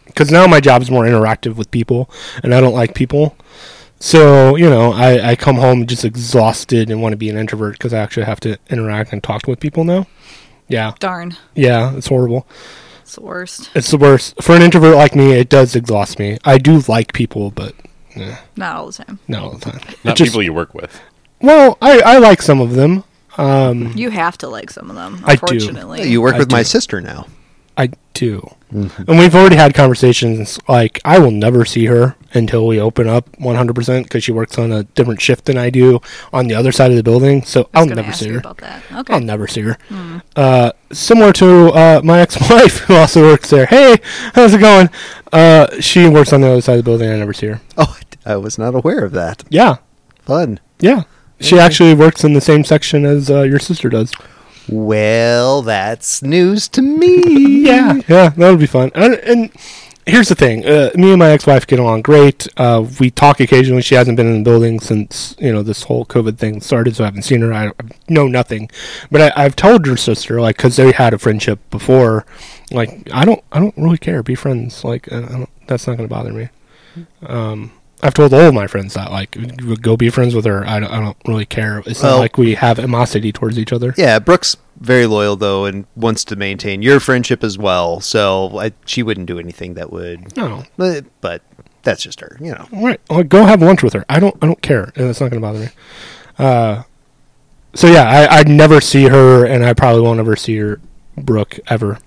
Speaker 1: because now my job is more interactive with people, and I don't like people. So you know, I, I come home just exhausted and want to be an introvert because I actually have to interact and talk with people now. Yeah,
Speaker 4: Darn.
Speaker 1: yeah, it's horrible.
Speaker 4: It's the worst.
Speaker 1: It's the worst. For an introvert like me, it does exhaust me. I do like people, but eh,
Speaker 4: Not all the time.
Speaker 1: not all the time. It
Speaker 3: Not
Speaker 1: just-
Speaker 3: people you work with.
Speaker 1: Well, I, I like some of them. Um,
Speaker 4: You have to like some of them,
Speaker 1: I do.
Speaker 4: unfortunately.
Speaker 2: You work
Speaker 1: I
Speaker 2: with my
Speaker 1: do.
Speaker 2: sister now. (laughs)
Speaker 1: I do. And we've already had conversations like I will never see her until we open up 100% because she works on a different shift than I do on the other side of the building. So
Speaker 4: I
Speaker 1: I'll
Speaker 4: was gonna
Speaker 1: never
Speaker 4: ask
Speaker 1: see
Speaker 4: you
Speaker 1: her.
Speaker 4: about that. Okay. Hmm.
Speaker 1: I'll never see her. Uh, similar to uh, my (laughs) ex-wife who also works there. Hey, how's it going? Uh, she works on the other side of the building. I never see her.
Speaker 2: Oh, I was not aware of that.
Speaker 1: Yeah,
Speaker 2: Fun.
Speaker 1: Yeah. She actually works in the same section as uh, your sister does.
Speaker 2: Well, that's news to me.
Speaker 1: (laughs) Yeah, yeah, that'll be fun. And, and here's the thing. Uh, me and my ex-wife get along great. Uh, we talk occasionally. She hasn't been in the building since you know this whole COVID thing started, so I haven't seen her. I know nothing, but I, I've told her sister like because they had a friendship before. Like I don't, I don't really care. Be friends. Like uh, I don't, that's not going to bother me. Um, I've told all of my friends that like go be friends with her. I don't, I don't really care. It's
Speaker 2: Well-
Speaker 1: not like we have animosity towards each other.
Speaker 2: Yeah, Brooke's very loyal though, and wants to maintain your friendship as well. So I, she wouldn't do anything that would.
Speaker 1: No,
Speaker 2: But, but that's just her, you know.
Speaker 1: All right, well, go have lunch with her. I don't, I don't care. and It's not going to bother me. Uh, so yeah, I, I'd never see her, and I probably won't ever see her, Brooke, ever,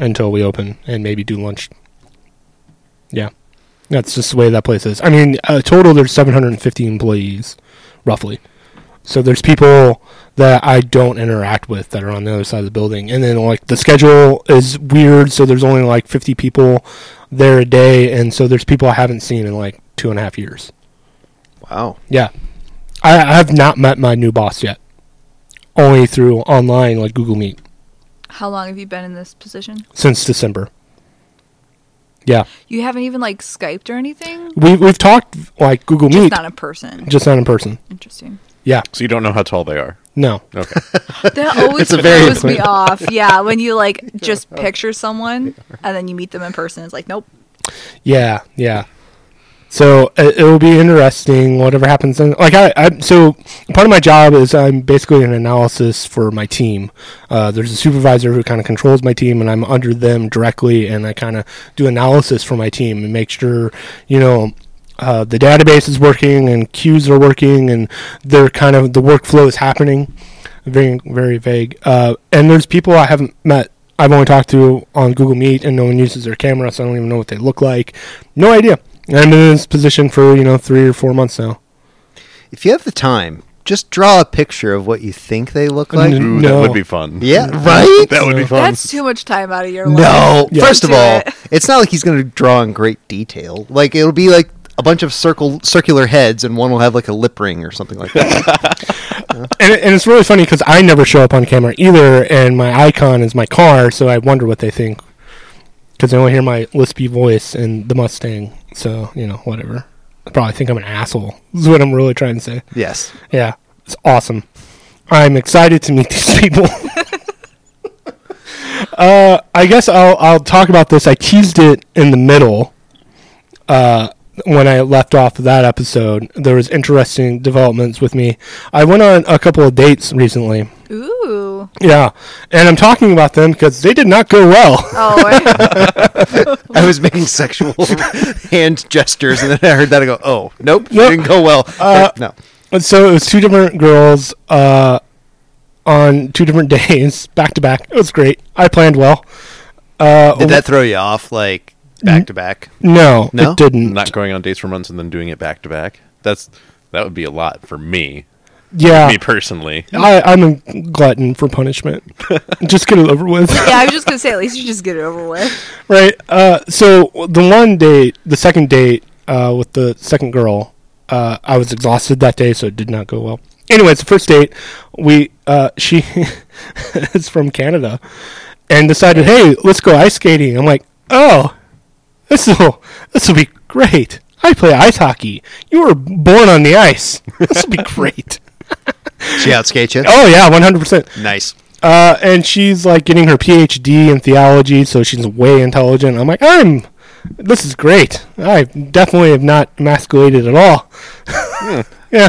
Speaker 1: until we open and maybe do lunch. Yeah, that's just the way that place is. I mean, uh, total there's 750 employees, roughly. So there's people that I don't interact with that are on the other side of the building, and then like the schedule is weird. So there's only like 50 people there a day, and so there's people I haven't seen in like two and a half years.
Speaker 2: Wow.
Speaker 1: Yeah, I, I have not met my new boss yet, only through online like Google Meet
Speaker 4: How long have you been in this position?
Speaker 1: since December. Yeah,
Speaker 4: You haven't even like Skyped or anything?
Speaker 1: we we've talked like Google
Speaker 4: Just
Speaker 1: Meet,
Speaker 4: not in person.
Speaker 1: just not in person.
Speaker 4: Interesting.
Speaker 1: Yeah,
Speaker 3: So you don't know how tall they are.
Speaker 1: no,
Speaker 3: Okay.
Speaker 2: (laughs)
Speaker 4: That always
Speaker 2: a very
Speaker 4: throws me off. Yeah, when
Speaker 2: (laughs)
Speaker 4: you like just picture someone and then you meet them in person, it's like, nope.
Speaker 1: Yeah, yeah. So it, it will be interesting. Whatever happens, in, like I, I, so part of my job is I'm basically an analysis for my team. Uh, there's a supervisor who kind of controls my team, and I'm under them directly, and I kind of do analysis for my team and make sure you know uh, the database is working and queues are working, and they're kind of the workflow is happening. Very, very vague. Uh, and there's people I haven't met I've only talked to on Google Meet, and no one uses their camera, so I don't even know what they look like. No idea. And I've been in this position for you know three or four months now.
Speaker 2: If you have the time, just draw a picture of what you think they look like.
Speaker 1: Mm.
Speaker 3: Ooh,
Speaker 1: No.
Speaker 3: that would be fun.
Speaker 2: Yeah, right?
Speaker 3: That would be fun.
Speaker 4: That's too much time out of your life.
Speaker 2: No.
Speaker 1: (laughs) Yeah.
Speaker 2: First of
Speaker 4: Do
Speaker 2: all,
Speaker 4: it. (laughs)
Speaker 2: it's not like he's going to draw in great detail. Like it'll be like a bunch of circle circular heads, and one will have like a lip ring or something
Speaker 1: (laughs)
Speaker 2: like that.
Speaker 1: And, it- and it's really funny because I never show up on camera either, and my icon is my car, so I wonder what they think because they only hear my lispy voice and the Mustang. So you know, whatever. They probably think I'm an asshole. Is what I'm really trying to say.
Speaker 2: yes.
Speaker 1: Yeah, it's awesome. I'm excited to meet these people. (laughs) uh, I guess I'll I'll talk about this. I teased it in the middle uh, when I left off of that episode. There was interesting developments with me. I went on a couple of dates recently.
Speaker 4: Ooh.
Speaker 1: Yeah, and I'm talking about them because they did not go well. (laughs)
Speaker 4: Oh, (laughs) I-
Speaker 2: I was making sexual hand gestures, and then I heard that. I go, "Oh, nope,
Speaker 1: Nope.
Speaker 2: didn't go well."
Speaker 1: Uh,
Speaker 2: no,
Speaker 1: And so it was two different girls uh, on two different (laughs) days, back to back. It was great. I planned well. Uh,
Speaker 2: did that throw you off? Like
Speaker 3: Mm-hmm.
Speaker 2: back to back?
Speaker 1: No,
Speaker 2: No?
Speaker 1: it didn't.
Speaker 3: Not going on dates for months and then doing it back to back. That's that would be a lot for me.
Speaker 1: yeah,
Speaker 3: Me personally.
Speaker 1: I, I'm a glutton for punishment. just get it over with, (laughs)
Speaker 4: yeah, I was just gonna say, at least you just get it over with.
Speaker 1: right? Uh, so the one date, the second date uh, with the second girl, uh, I was exhausted that day, so it did not go well. Anyways, the first date, we uh, she (laughs) is from Canada, and decided, hey, let's go ice skating. I'm like, oh, this will this will be great. I play ice hockey. You were born on the ice. This will be great.
Speaker 2: She outskate you.
Speaker 1: Oh yeah, one hundred percent.
Speaker 2: Nice.
Speaker 1: Uh, and she's like getting her PhD in theology, so she's way intelligent. I'm like, I'm. This is great. I definitely have not emasculated at all. (laughs) yeah.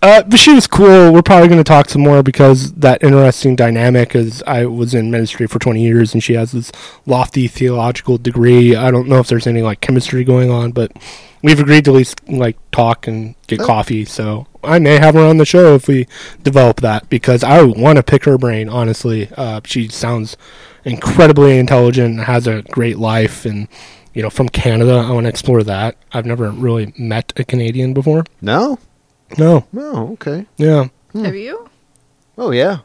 Speaker 1: Uh, but she was cool. We're probably going to talk some more because that interesting dynamic is I was in ministry for 20 years and she has this lofty theological degree. I don't know if there's any like chemistry going on, but we've agreed to at least like talk and get coffee. So I may have her on the show if we develop that because I want to pick her brain, honestly. Uh, she sounds incredibly intelligent and has a great life and, you know, from Canada. I want to explore that. I've never really met a Canadian before.
Speaker 2: No.
Speaker 1: No.
Speaker 2: Oh, okay.
Speaker 1: Yeah.
Speaker 2: Hmm.
Speaker 4: Have you?
Speaker 2: Oh, yeah.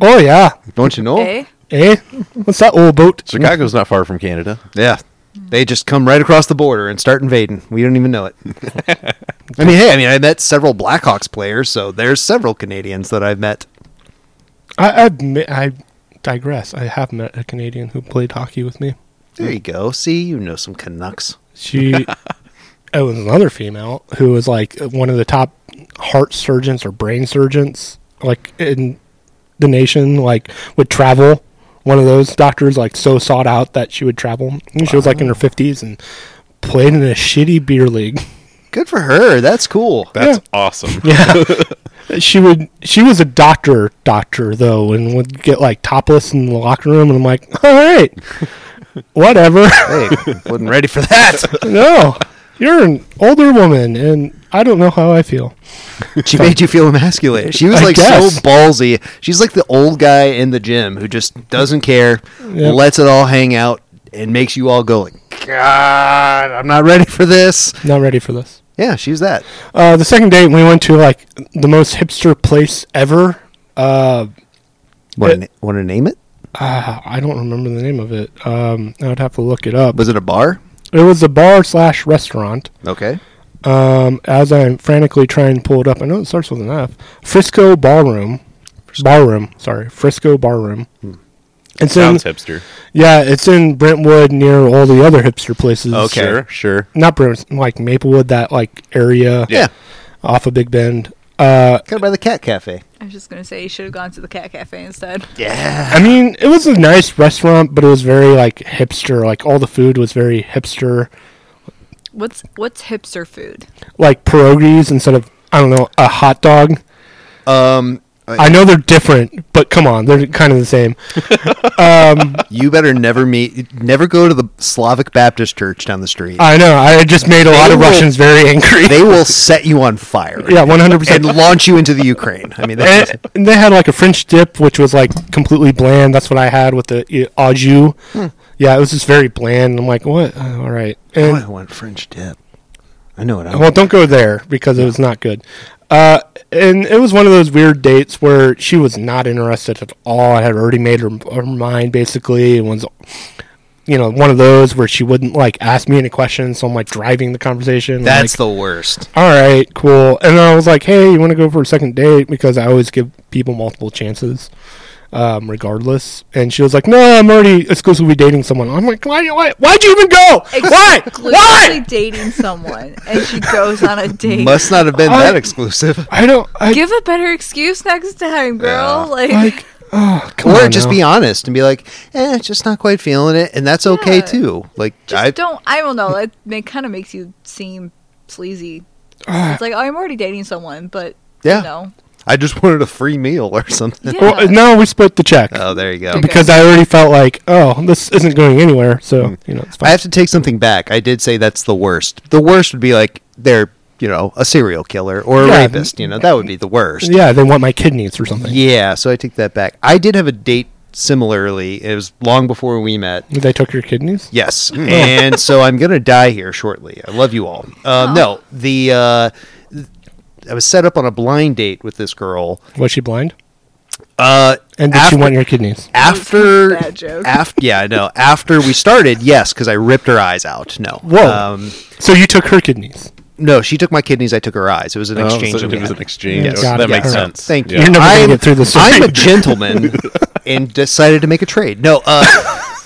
Speaker 1: Oh yeah.
Speaker 2: Don't you know?
Speaker 4: Eh?
Speaker 1: Eh? What's that old boat?
Speaker 3: Chicago's not far from Canada.
Speaker 2: Yeah. They just come right across the border and start invading. We don't even know it. I mean, hey, I mean, I met several Blackhawks players, so there's several Canadians that I've met.
Speaker 1: I I, admit- I digress. I have met a Canadian who played hockey with me.
Speaker 2: There you go. See, you know some Canucks.
Speaker 1: She
Speaker 2: (laughs)
Speaker 1: it was another female who was like one of the top heart surgeons or brain surgeons like in the nation like would travel one of those doctors like so sought out that she would travel And she was like in her 50s and played in a shitty beer league
Speaker 2: Good for her. That's cool.
Speaker 3: That's awesome.
Speaker 1: yeah she would she was a doctor doctor though and would get like topless in the locker room and i'm like all right whatever (laughs)
Speaker 2: hey, (laughs) wasn't ready for that.
Speaker 1: no you're an older woman and i don't know how i feel
Speaker 2: She made you feel emasculated. She was
Speaker 1: I
Speaker 2: like
Speaker 1: guess.
Speaker 2: so ballsy. She's like the old guy in the gym who just doesn't care,
Speaker 1: Yep.
Speaker 2: lets it all hang out, and makes you all go like, God, I'm not ready for this.
Speaker 1: not ready for this
Speaker 2: Yeah, she's that.
Speaker 1: Uh, the second date, we went to like the most hipster place ever. Uh,
Speaker 2: Want to want to name it?
Speaker 1: ah, I don't remember the name of it. Um, I would have to look it up.
Speaker 2: Was it a bar?
Speaker 1: It was a bar slash restaurant.
Speaker 2: Okay.
Speaker 1: Um, as I'm frantically trying to pull it up, I know it starts with an F. Frisco Ballroom, Barroom. Sorry, Frisco Barroom.
Speaker 2: Hmm.
Speaker 1: It's
Speaker 3: Sounds
Speaker 1: in
Speaker 3: hipster.
Speaker 1: yeah, it's in Brentwood near all the other hipster places.
Speaker 2: Okay.
Speaker 3: Sure, sure.
Speaker 1: Not Brentwood, like Maplewood, that like area
Speaker 2: Yeah.
Speaker 1: off of Big Bend. Uh,
Speaker 2: Kind of by the cat cafe.
Speaker 4: I was just gonna say you should have gone to the cat cafe instead.
Speaker 2: Yeah.
Speaker 1: I mean, it was a nice restaurant, but it was very like hipster. Like all the food was very hipster,
Speaker 4: What's what's hipster food?
Speaker 1: like pierogies instead of I don't know a hot dog.
Speaker 2: Um,
Speaker 1: I know they're different, but come on, they're kind of the same.
Speaker 2: you better never meet, never go to the Slavic Baptist church down the street.
Speaker 1: I know. I just made a lot of
Speaker 2: will-
Speaker 1: Russians very angry.
Speaker 2: they will set you on fire
Speaker 1: (laughs) yeah, one hundred
Speaker 2: and
Speaker 1: percent.
Speaker 2: launch you into the Ukraine. I mean, that's
Speaker 1: And and they had like a French dip, which was like completely bland. That's what I had with the uh, au jus.
Speaker 2: Hmm.
Speaker 1: Yeah, it was just very bland. I'm like, what? Uh, all right.
Speaker 2: Oh,
Speaker 1: And
Speaker 2: I want French dip. I know what I
Speaker 1: Well,
Speaker 2: want.
Speaker 1: don't go there because it was not good. Uh, and it was one of those weird dates where she was not interested at all. I had already made her, her mind basically. It was, you know, one of those where she wouldn't like ask me any questions. So I'm like driving the conversation. I'm
Speaker 2: That's
Speaker 1: like,
Speaker 2: the worst.
Speaker 1: all right, cool. And then I was like, hey, you want to go for a second date? Because I always give people multiple chances, um, regardless. And she was like, no, I'm already exclusively dating someone. I'm like, why? Why? Why'd you even go? Why?
Speaker 4: Exclusively
Speaker 1: Why?
Speaker 4: dating someone and she goes on a date.
Speaker 2: Must not have been
Speaker 1: I-
Speaker 2: that exclusive.
Speaker 1: I don't. I,
Speaker 4: Give a better excuse next time, girl. Like,
Speaker 1: like, oh, come
Speaker 2: Or
Speaker 1: on
Speaker 2: just
Speaker 1: now.
Speaker 2: be honest and be like, eh, just not quite feeling it, and that's okay
Speaker 4: Yeah.
Speaker 2: too. Like,
Speaker 4: just
Speaker 2: I
Speaker 4: don't. I don't know. It, it kind of makes you seem sleazy.
Speaker 1: Ah.
Speaker 4: it's like oh, I'm already dating someone, but
Speaker 2: Yeah.
Speaker 4: you know,
Speaker 2: I just wanted a free meal or something.
Speaker 4: yeah.
Speaker 1: Well, no, we split the check
Speaker 2: Oh, there you go.
Speaker 4: Okay.
Speaker 1: because I already felt like, oh, this isn't going anywhere. So you know, it's
Speaker 2: Hmm. I
Speaker 1: fine.
Speaker 2: have to take something back. I did say that's the worst. The worst would be like they're you know a serial killer or a
Speaker 1: Yeah.
Speaker 2: rapist. You know that would be the worst.
Speaker 1: yeah, they want my kidneys or something.
Speaker 2: Yeah, so I take that back. I did have a date similarly. It was long before we met.
Speaker 1: They took your kidneys.
Speaker 3: (laughs)
Speaker 2: Yes, and so I'm gonna die here shortly. I love you all. Um,
Speaker 3: Oh.
Speaker 2: No, the uh, th- I was set up on a blind date with this girl.
Speaker 1: Was she blind?
Speaker 2: Uh,
Speaker 1: And did she
Speaker 2: after-
Speaker 1: want your kidneys?
Speaker 2: after
Speaker 4: Bad joke.
Speaker 2: after yeah I know after we started yes because I ripped her eyes out. No,
Speaker 1: Whoa.
Speaker 2: Um,
Speaker 1: So you took her kidneys.
Speaker 2: no, she took my kidneys. I took her eyes. It was an
Speaker 3: Oh,
Speaker 2: exchange.
Speaker 3: so
Speaker 2: that we
Speaker 3: it was
Speaker 2: had.
Speaker 3: an exchange.
Speaker 1: Yes.
Speaker 3: Oh,
Speaker 1: Got
Speaker 3: that
Speaker 1: it.
Speaker 3: makes
Speaker 1: Yeah.
Speaker 3: sense.
Speaker 2: Thank you.
Speaker 1: You're never gonna
Speaker 2: I'm-
Speaker 1: get through this story.
Speaker 2: I'm
Speaker 1: (laughs)
Speaker 2: a gentleman and decided to make a trade. No, uh,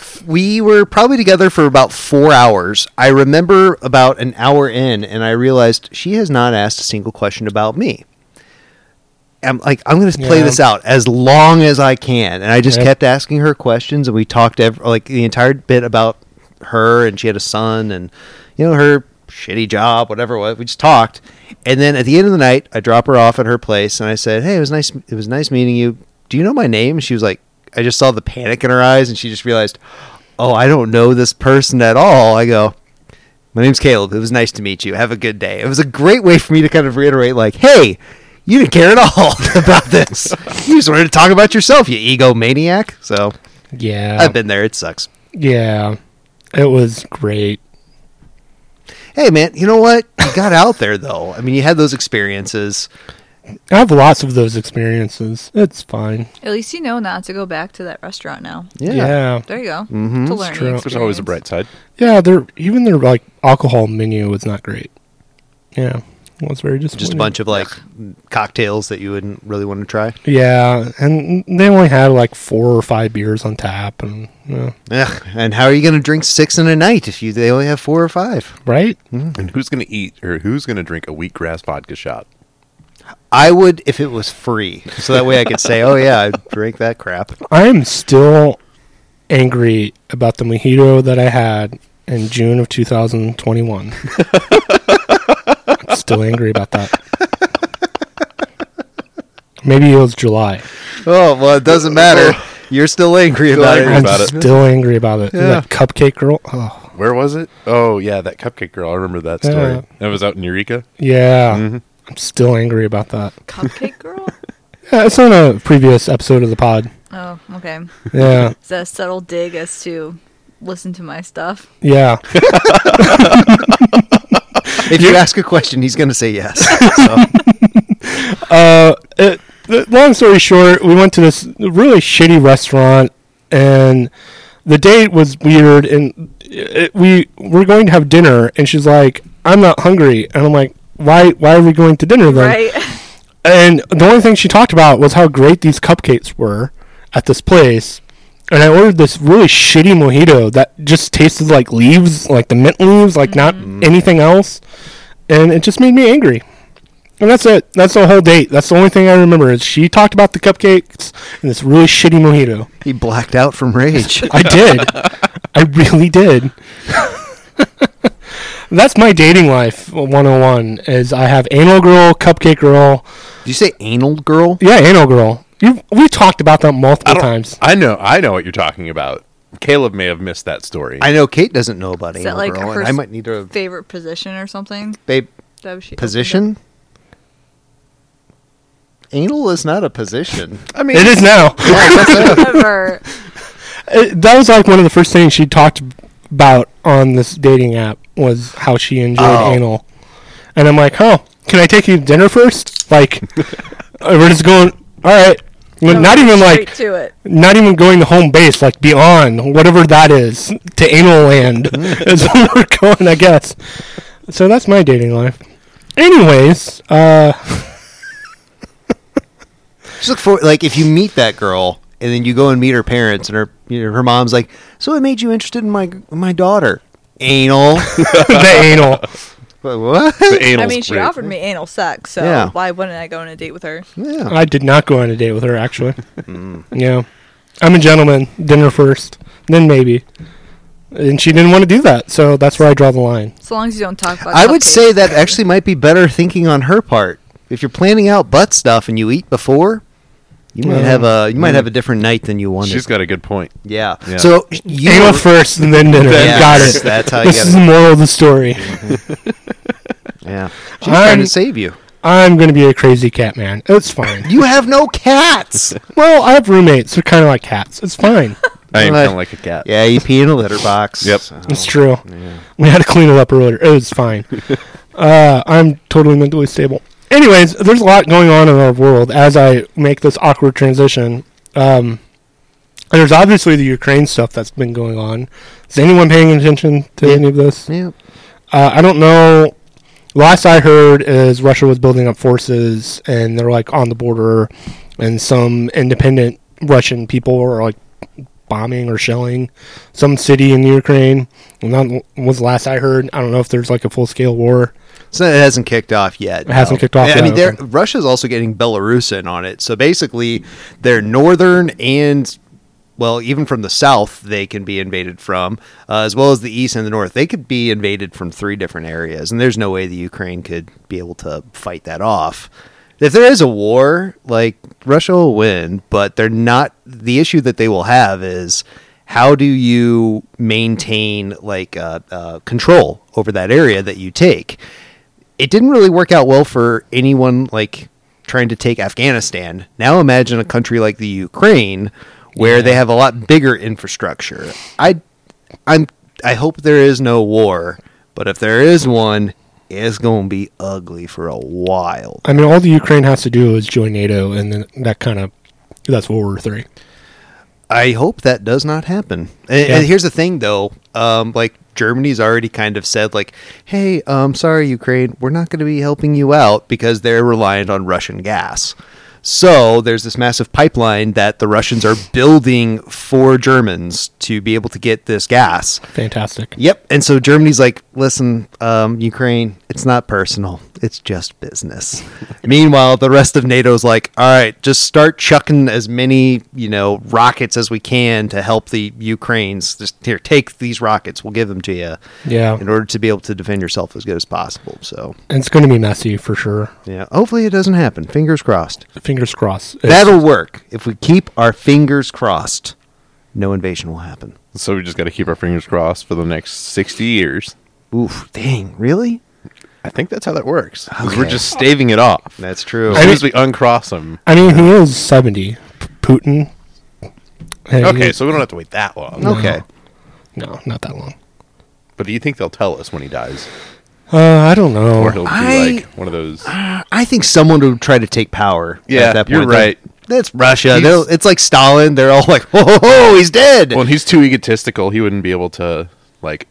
Speaker 2: (laughs) we were probably together for about four hours. I remember about an hour in, and I realized she has not asked a single question about me. I'm like, I'm going to play
Speaker 1: Yeah.
Speaker 2: this out as long as I can, and I just
Speaker 1: Yep.
Speaker 2: kept asking her questions, and we talked ev- like the entire bit about her, and she had a son, and you know her shitty job, whatever it was. We just talked, and then at the end of the night, I drop her off at her place, and I said, "Hey, it was nice. It was nice meeting you. Do you know my name?" She was like, "I just saw the panic in her eyes, and she just realized, oh, I don't know this person at all." I go, my name's Caleb. It was nice to meet you. Have a good day. It was a great way for me to kind of reiterate, like, hey, you didn't care at all (laughs) about this. you just wanted to talk about yourself, you egomaniac. So
Speaker 1: Yeah.
Speaker 2: I've been there. It sucks.
Speaker 1: Yeah. It was great.
Speaker 2: Hey, man, you know what? You got out there, though. I mean, you had those experiences.
Speaker 1: I have lots of those experiences. It's fine.
Speaker 4: at least you know not to go back to that restaurant now.
Speaker 1: Yeah. Yeah,
Speaker 4: There you go. To learn.
Speaker 1: true.
Speaker 4: the
Speaker 1: There's
Speaker 3: There's always a
Speaker 4: experience.
Speaker 3: bright side.
Speaker 1: their even their like alcohol menu was not great. Yeah. Well, it's very disappointing.
Speaker 2: Just a bunch of like cocktails that you wouldn't really want to try.
Speaker 1: Yeah, and they only had like four or five beers on tap, and you know,
Speaker 2: Ugh, and how are you going to drink six in a night if you they only have four or five?
Speaker 1: right?
Speaker 3: And who's going to eat or who's going to drink a wheatgrass vodka shot?
Speaker 2: I would if it was free, so that way I could say, "Oh yeah, I drink that crap."
Speaker 1: I am still angry about the mojito that I had in June of 2021. I'm still angry about that. Maybe it was July.
Speaker 2: Oh well, it doesn't matter. You're still angry
Speaker 3: Oh. Still
Speaker 2: about
Speaker 3: angry
Speaker 2: it.
Speaker 1: I'm
Speaker 3: about it.
Speaker 1: still angry about it.
Speaker 2: Yeah.
Speaker 1: That cupcake girl. Oh,
Speaker 3: Where was it? Oh yeah, that cupcake girl. I remember that story.
Speaker 1: Yeah.
Speaker 3: That was out in Eureka.
Speaker 1: yeah.
Speaker 3: Mm-hmm.
Speaker 1: I'm still angry about that.
Speaker 4: Cupcake girl?
Speaker 1: Yeah, it's on a previous episode of the pod.
Speaker 4: Oh, okay.
Speaker 1: Yeah.
Speaker 4: Is that a subtle dig as to listen to my stuff?
Speaker 1: Yeah.
Speaker 2: If you ask a question, he's going to say yes.
Speaker 3: (laughs)
Speaker 2: So,
Speaker 1: it, the- long story short, we went to this really shitty restaurant, and the date was weird. And it, we were going to have dinner, and she's like, "I'm not hungry," and I'm like, "Why? Why are we going to dinner then?"
Speaker 4: Right?
Speaker 1: And the only thing she talked about was how great these cupcakes were at this place. And I ordered this really shitty mojito that just tasted like leaves, like the mint leaves, like not anything else. And it just made me angry. And that's it. That's the whole date. That's the only thing I remember is she talked about the cupcakes and this really shitty mojito.
Speaker 2: he blacked out from rage.
Speaker 1: I did. I really did. (laughs) that's my dating life 101 is I have anal girl, cupcake girl,
Speaker 2: Did you say anal girl?
Speaker 1: yeah, anal girl. You we talked about that multiple
Speaker 3: I don't-
Speaker 1: times.
Speaker 3: I know. I know what you're talking about. Caleb may have missed that story.
Speaker 2: I know Kate doesn't know about
Speaker 4: Is that
Speaker 2: anal
Speaker 4: like
Speaker 2: girl,
Speaker 4: her
Speaker 2: and I might need to
Speaker 4: Favorite position or something?
Speaker 2: babe
Speaker 4: That was she opened
Speaker 2: position. Anal is not a position.
Speaker 3: (laughs) I mean,
Speaker 1: It is now.
Speaker 4: up- Whatever.
Speaker 1: It- that was like one of the first things she talked about on this dating app was how she enjoyed
Speaker 2: Oh.
Speaker 1: anal. And I'm like, oh, can I take you to dinner first?
Speaker 3: (laughs)
Speaker 1: Like, uh, we're just going. All right,
Speaker 4: No,
Speaker 1: not even
Speaker 4: straight
Speaker 1: like,
Speaker 4: to it.
Speaker 1: not even going to home base, like beyond whatever that is to anal
Speaker 3: (laughs)
Speaker 1: land (laughs) is where we're going, I guess. So that's my dating life. Anyways,
Speaker 3: (laughs)
Speaker 1: uh,
Speaker 2: (laughs) Just look for like if you meet that girl and then you go and meet her parents and her you know, her mom's like, "So what made you interested in my my daughter?" Anal. (laughs)
Speaker 1: the anal.
Speaker 2: Wait, what?
Speaker 3: (laughs) the anal's
Speaker 4: I mean, she
Speaker 3: great.
Speaker 4: offered me anal sex, so
Speaker 2: Yeah.
Speaker 4: why wouldn't I go on a date with her?
Speaker 2: Yeah.
Speaker 1: I did not go on a date with her, actually. yeah. I'm a gentleman. Dinner first, then maybe. And she didn't want to do that, so that's where I draw the line.
Speaker 4: So long as you don't talk about
Speaker 2: I would
Speaker 4: cupcakes.
Speaker 2: say that actually might be better thinking on her part. If you're planning out butt stuff and you eat before, you might
Speaker 1: Yeah.
Speaker 2: have a you might have a different night than you wanted.
Speaker 3: Mm. She's got a good point.
Speaker 2: yeah.
Speaker 3: Yeah.
Speaker 2: So you
Speaker 1: Anal first, and then dinner.
Speaker 2: Yes,
Speaker 1: Got it.
Speaker 2: That's how you
Speaker 1: this
Speaker 2: got
Speaker 1: is the
Speaker 2: it.
Speaker 1: moral of the
Speaker 2: (laughs)
Speaker 1: story.
Speaker 2: Yeah. She's trying
Speaker 1: I'm-
Speaker 2: to save you.
Speaker 1: I'm going to be a crazy cat man. It's
Speaker 2: (laughs)
Speaker 1: fine.
Speaker 2: You have no
Speaker 3: (laughs)
Speaker 2: cats.
Speaker 1: well, I have roommates. They're kind of like cats. It's fine.
Speaker 3: I am
Speaker 2: Well, I-
Speaker 3: kind of like a cat.
Speaker 2: yeah, you pee in a litter box.
Speaker 3: Yep.
Speaker 2: so-
Speaker 1: It's true. We had to clean it up earlier. It was fine. uh, I'm totally mentally stable. Anyways, there's a lot going on in our world as I make this awkward transition. Um, and there's obviously the Ukraine stuff that's been going on. Is anyone paying attention to any of this?
Speaker 2: Yep.
Speaker 1: Uh, I don't know. Last I heard is Russia was building up forces, and they're like on the border, and some independent Russian people are like bombing or shelling some city in Ukraine. And that was the last I heard. I don't know if there's like a full scale war.
Speaker 2: So it hasn't kicked off yet.
Speaker 1: It hasn't kicked off
Speaker 2: I
Speaker 1: yet,
Speaker 2: mean, they're,
Speaker 1: okay.
Speaker 2: Russia's also getting Belarus in on it. So basically, they're northern and well, even from the south, they can be invaded from, uh, as well as the east and the north. They could be invaded from three different areas, and there's no way the Ukraine could be able to fight that off. If there is a war, like Russia will win, but they're not. The issue that they will have is how do you maintain like uh, uh, control over that area that you take? it didn't really work out well for anyone like trying to take Afghanistan. Now imagine a country like the Ukraine where they have a lot bigger infrastructure. I I'm I hope there is no war, but if there is one, it's going to be ugly for a while.
Speaker 1: I mean, all the Ukraine has to do is join NATO, and then that kind of that's World War Three.
Speaker 2: I hope that does not happen. And,
Speaker 1: Yeah.
Speaker 2: and here's the thing, though, um, like Germany's already kind of said like, "Hey, um, sorry Ukraine, we're not going to be helping you out because they're reliant on Russian gas." So there's this massive pipeline that the Russians are building for Germans to be able to get this gas.
Speaker 1: Fantastic.
Speaker 2: Yep. And so Germany's like, listen, um, Ukraine, it's not personal. It's just (laughs) business. Meanwhile, the rest of NATO's like, all right, just start chucking as many, you know, rockets as we can to help the Ukraines. Just here, take these rockets. We'll give them to you
Speaker 1: Yeah.
Speaker 2: in order to be able to defend yourself as good as possible. So,
Speaker 1: It's going to be messy for sure.
Speaker 2: yeah, hopefully it doesn't happen. Fingers crossed.
Speaker 1: Fingers crossed. It's-
Speaker 2: That'll work. If we keep our fingers crossed, no invasion will happen.
Speaker 3: So we just got to keep our fingers crossed for the next 60 years.
Speaker 2: Oof, dang, really?
Speaker 3: I think that's how that works. 'cause We're
Speaker 2: Okay.
Speaker 3: just staving it off. As
Speaker 2: That's true.
Speaker 3: soon as we uncross them.
Speaker 1: I mean, he is 70. P- Putin. Hey,
Speaker 3: Okay,
Speaker 1: he-
Speaker 3: so we don't have to wait that long.
Speaker 2: Okay.
Speaker 1: no, not that long.
Speaker 3: But do you think they'll tell us when he dies?
Speaker 1: Uh, I don't
Speaker 3: Or
Speaker 1: know.
Speaker 3: he'll
Speaker 2: I-
Speaker 3: be like one of those.
Speaker 2: I think someone would try to take power.
Speaker 3: Yeah,
Speaker 2: at that point.
Speaker 3: you're right.
Speaker 2: That's Russia.
Speaker 3: He's-
Speaker 2: They'll- It's like Stalin. They're all like, (laughs) "Ho ho ho, he's dead."
Speaker 3: Well, and he's too egotistical. He wouldn't be able to, like,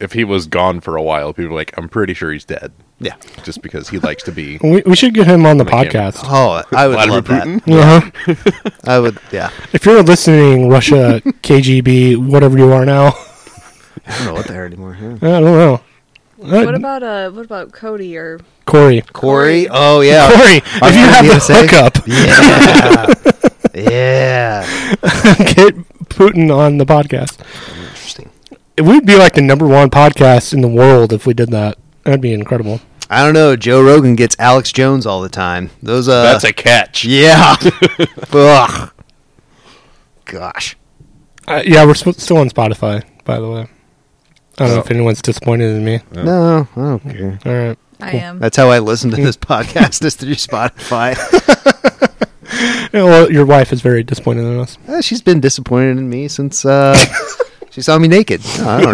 Speaker 3: if he was gone for a while, people are like, I'm pretty sure he's dead.
Speaker 2: yeah.
Speaker 3: Just because he likes
Speaker 2: (laughs)
Speaker 3: to be.
Speaker 1: We, we should get him on the
Speaker 3: I can't-
Speaker 1: podcast.
Speaker 2: Oh, I would
Speaker 3: Vladimir
Speaker 2: love
Speaker 3: Putin?
Speaker 2: that.
Speaker 1: Uh-huh.
Speaker 2: I would. Yeah.
Speaker 1: If you're listening, (laughs) Russia, KGB, whatever you are now, (laughs)
Speaker 2: I don't know what they are anymore. yeah.
Speaker 1: I don't know. Uh,
Speaker 4: What about uh? What about Cody or
Speaker 1: Corey?
Speaker 2: Corey.
Speaker 4: Corey.
Speaker 2: Oh yeah.
Speaker 1: Corey,
Speaker 2: I
Speaker 1: if you
Speaker 2: was
Speaker 1: have
Speaker 2: gonna
Speaker 1: the
Speaker 2: say-
Speaker 1: hookup,
Speaker 2: (laughs) Yeah. yeah.
Speaker 1: (laughs) get Putin on the podcast.
Speaker 2: Interesting.
Speaker 1: It would be like the number one podcast in the world if we did that. That'd be incredible.
Speaker 2: I don't know. Joe Rogan gets Alex Jones all the time. Those. Uh,
Speaker 3: That's a catch. (laughs)
Speaker 2: Yeah. Ugh. Gosh.
Speaker 1: Uh, yeah, we're sp- still on Spotify, by the way. I don't know if anyone's disappointed in me.
Speaker 3: Oh.
Speaker 2: No, I don't care.
Speaker 1: All right.
Speaker 4: I am?
Speaker 2: That's how I listen
Speaker 1: (laughs)
Speaker 2: to this podcast is through Spotify.
Speaker 1: Yeah, well, your wife is very disappointed in us.
Speaker 2: Uh, she's been disappointed in me since uh, she saw me naked. No, I don't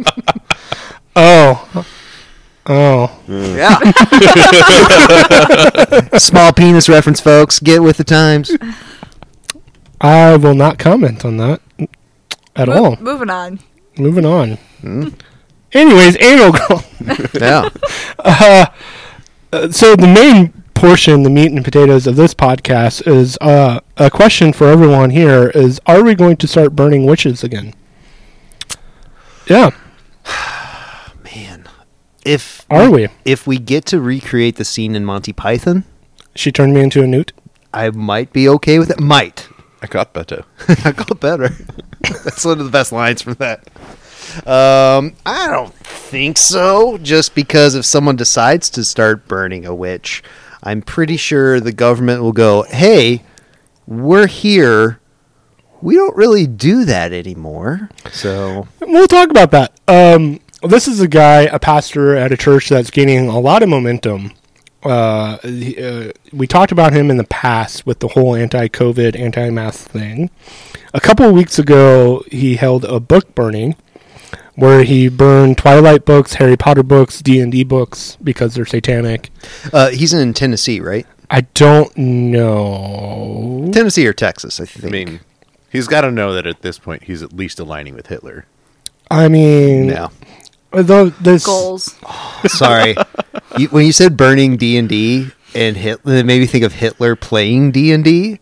Speaker 2: know.
Speaker 1: Oh. Oh.
Speaker 2: yeah.
Speaker 1: (laughs)
Speaker 2: (laughs) Small penis reference, folks. Get with the times.
Speaker 1: I will not comment on that at
Speaker 4: Mo-
Speaker 1: all.
Speaker 4: Moving on.
Speaker 1: Moving on. Anyways, anal gland.
Speaker 2: Yeah.
Speaker 1: Uh, (laughs) so the main portion, the meat and potatoes of this podcast is uh, a question for everyone here: Is are we going to start burning witches again? Yeah,
Speaker 2: Man. If
Speaker 1: are we?
Speaker 2: if we get to recreate the scene in Monty Python,
Speaker 1: She turned me into a newt.
Speaker 2: I might be okay with it. Might.
Speaker 3: I got better.
Speaker 2: (laughs) I got better. That's one of the best lines from that. Um, I don't think so. Just because if someone decides to start burning a witch, I'm pretty sure the government will go, "Hey, we're here. We don't really do that anymore." So
Speaker 1: We'll talk about that. Um, this is a guy, a pastor at a church that's gaining a lot of momentum. Uh, he- uh, we talked about him in the past with the whole anti-COVID, anti-mask thing. A couple of weeks ago, he held a book burning where he burned Twilight books, Harry Potter books, D and D books because they're satanic.
Speaker 2: uh, he's in Tennessee, right?
Speaker 1: I don't know.
Speaker 2: Tennessee or Texas? I think.
Speaker 3: I mean, he's got to know that at this point he's at least aligning with Hitler.
Speaker 1: I mean,
Speaker 2: no.
Speaker 1: although this
Speaker 4: Goals.
Speaker 2: Sorry, you, when you said burning D and D and Hitler, it made me think of Hitler playing D and D.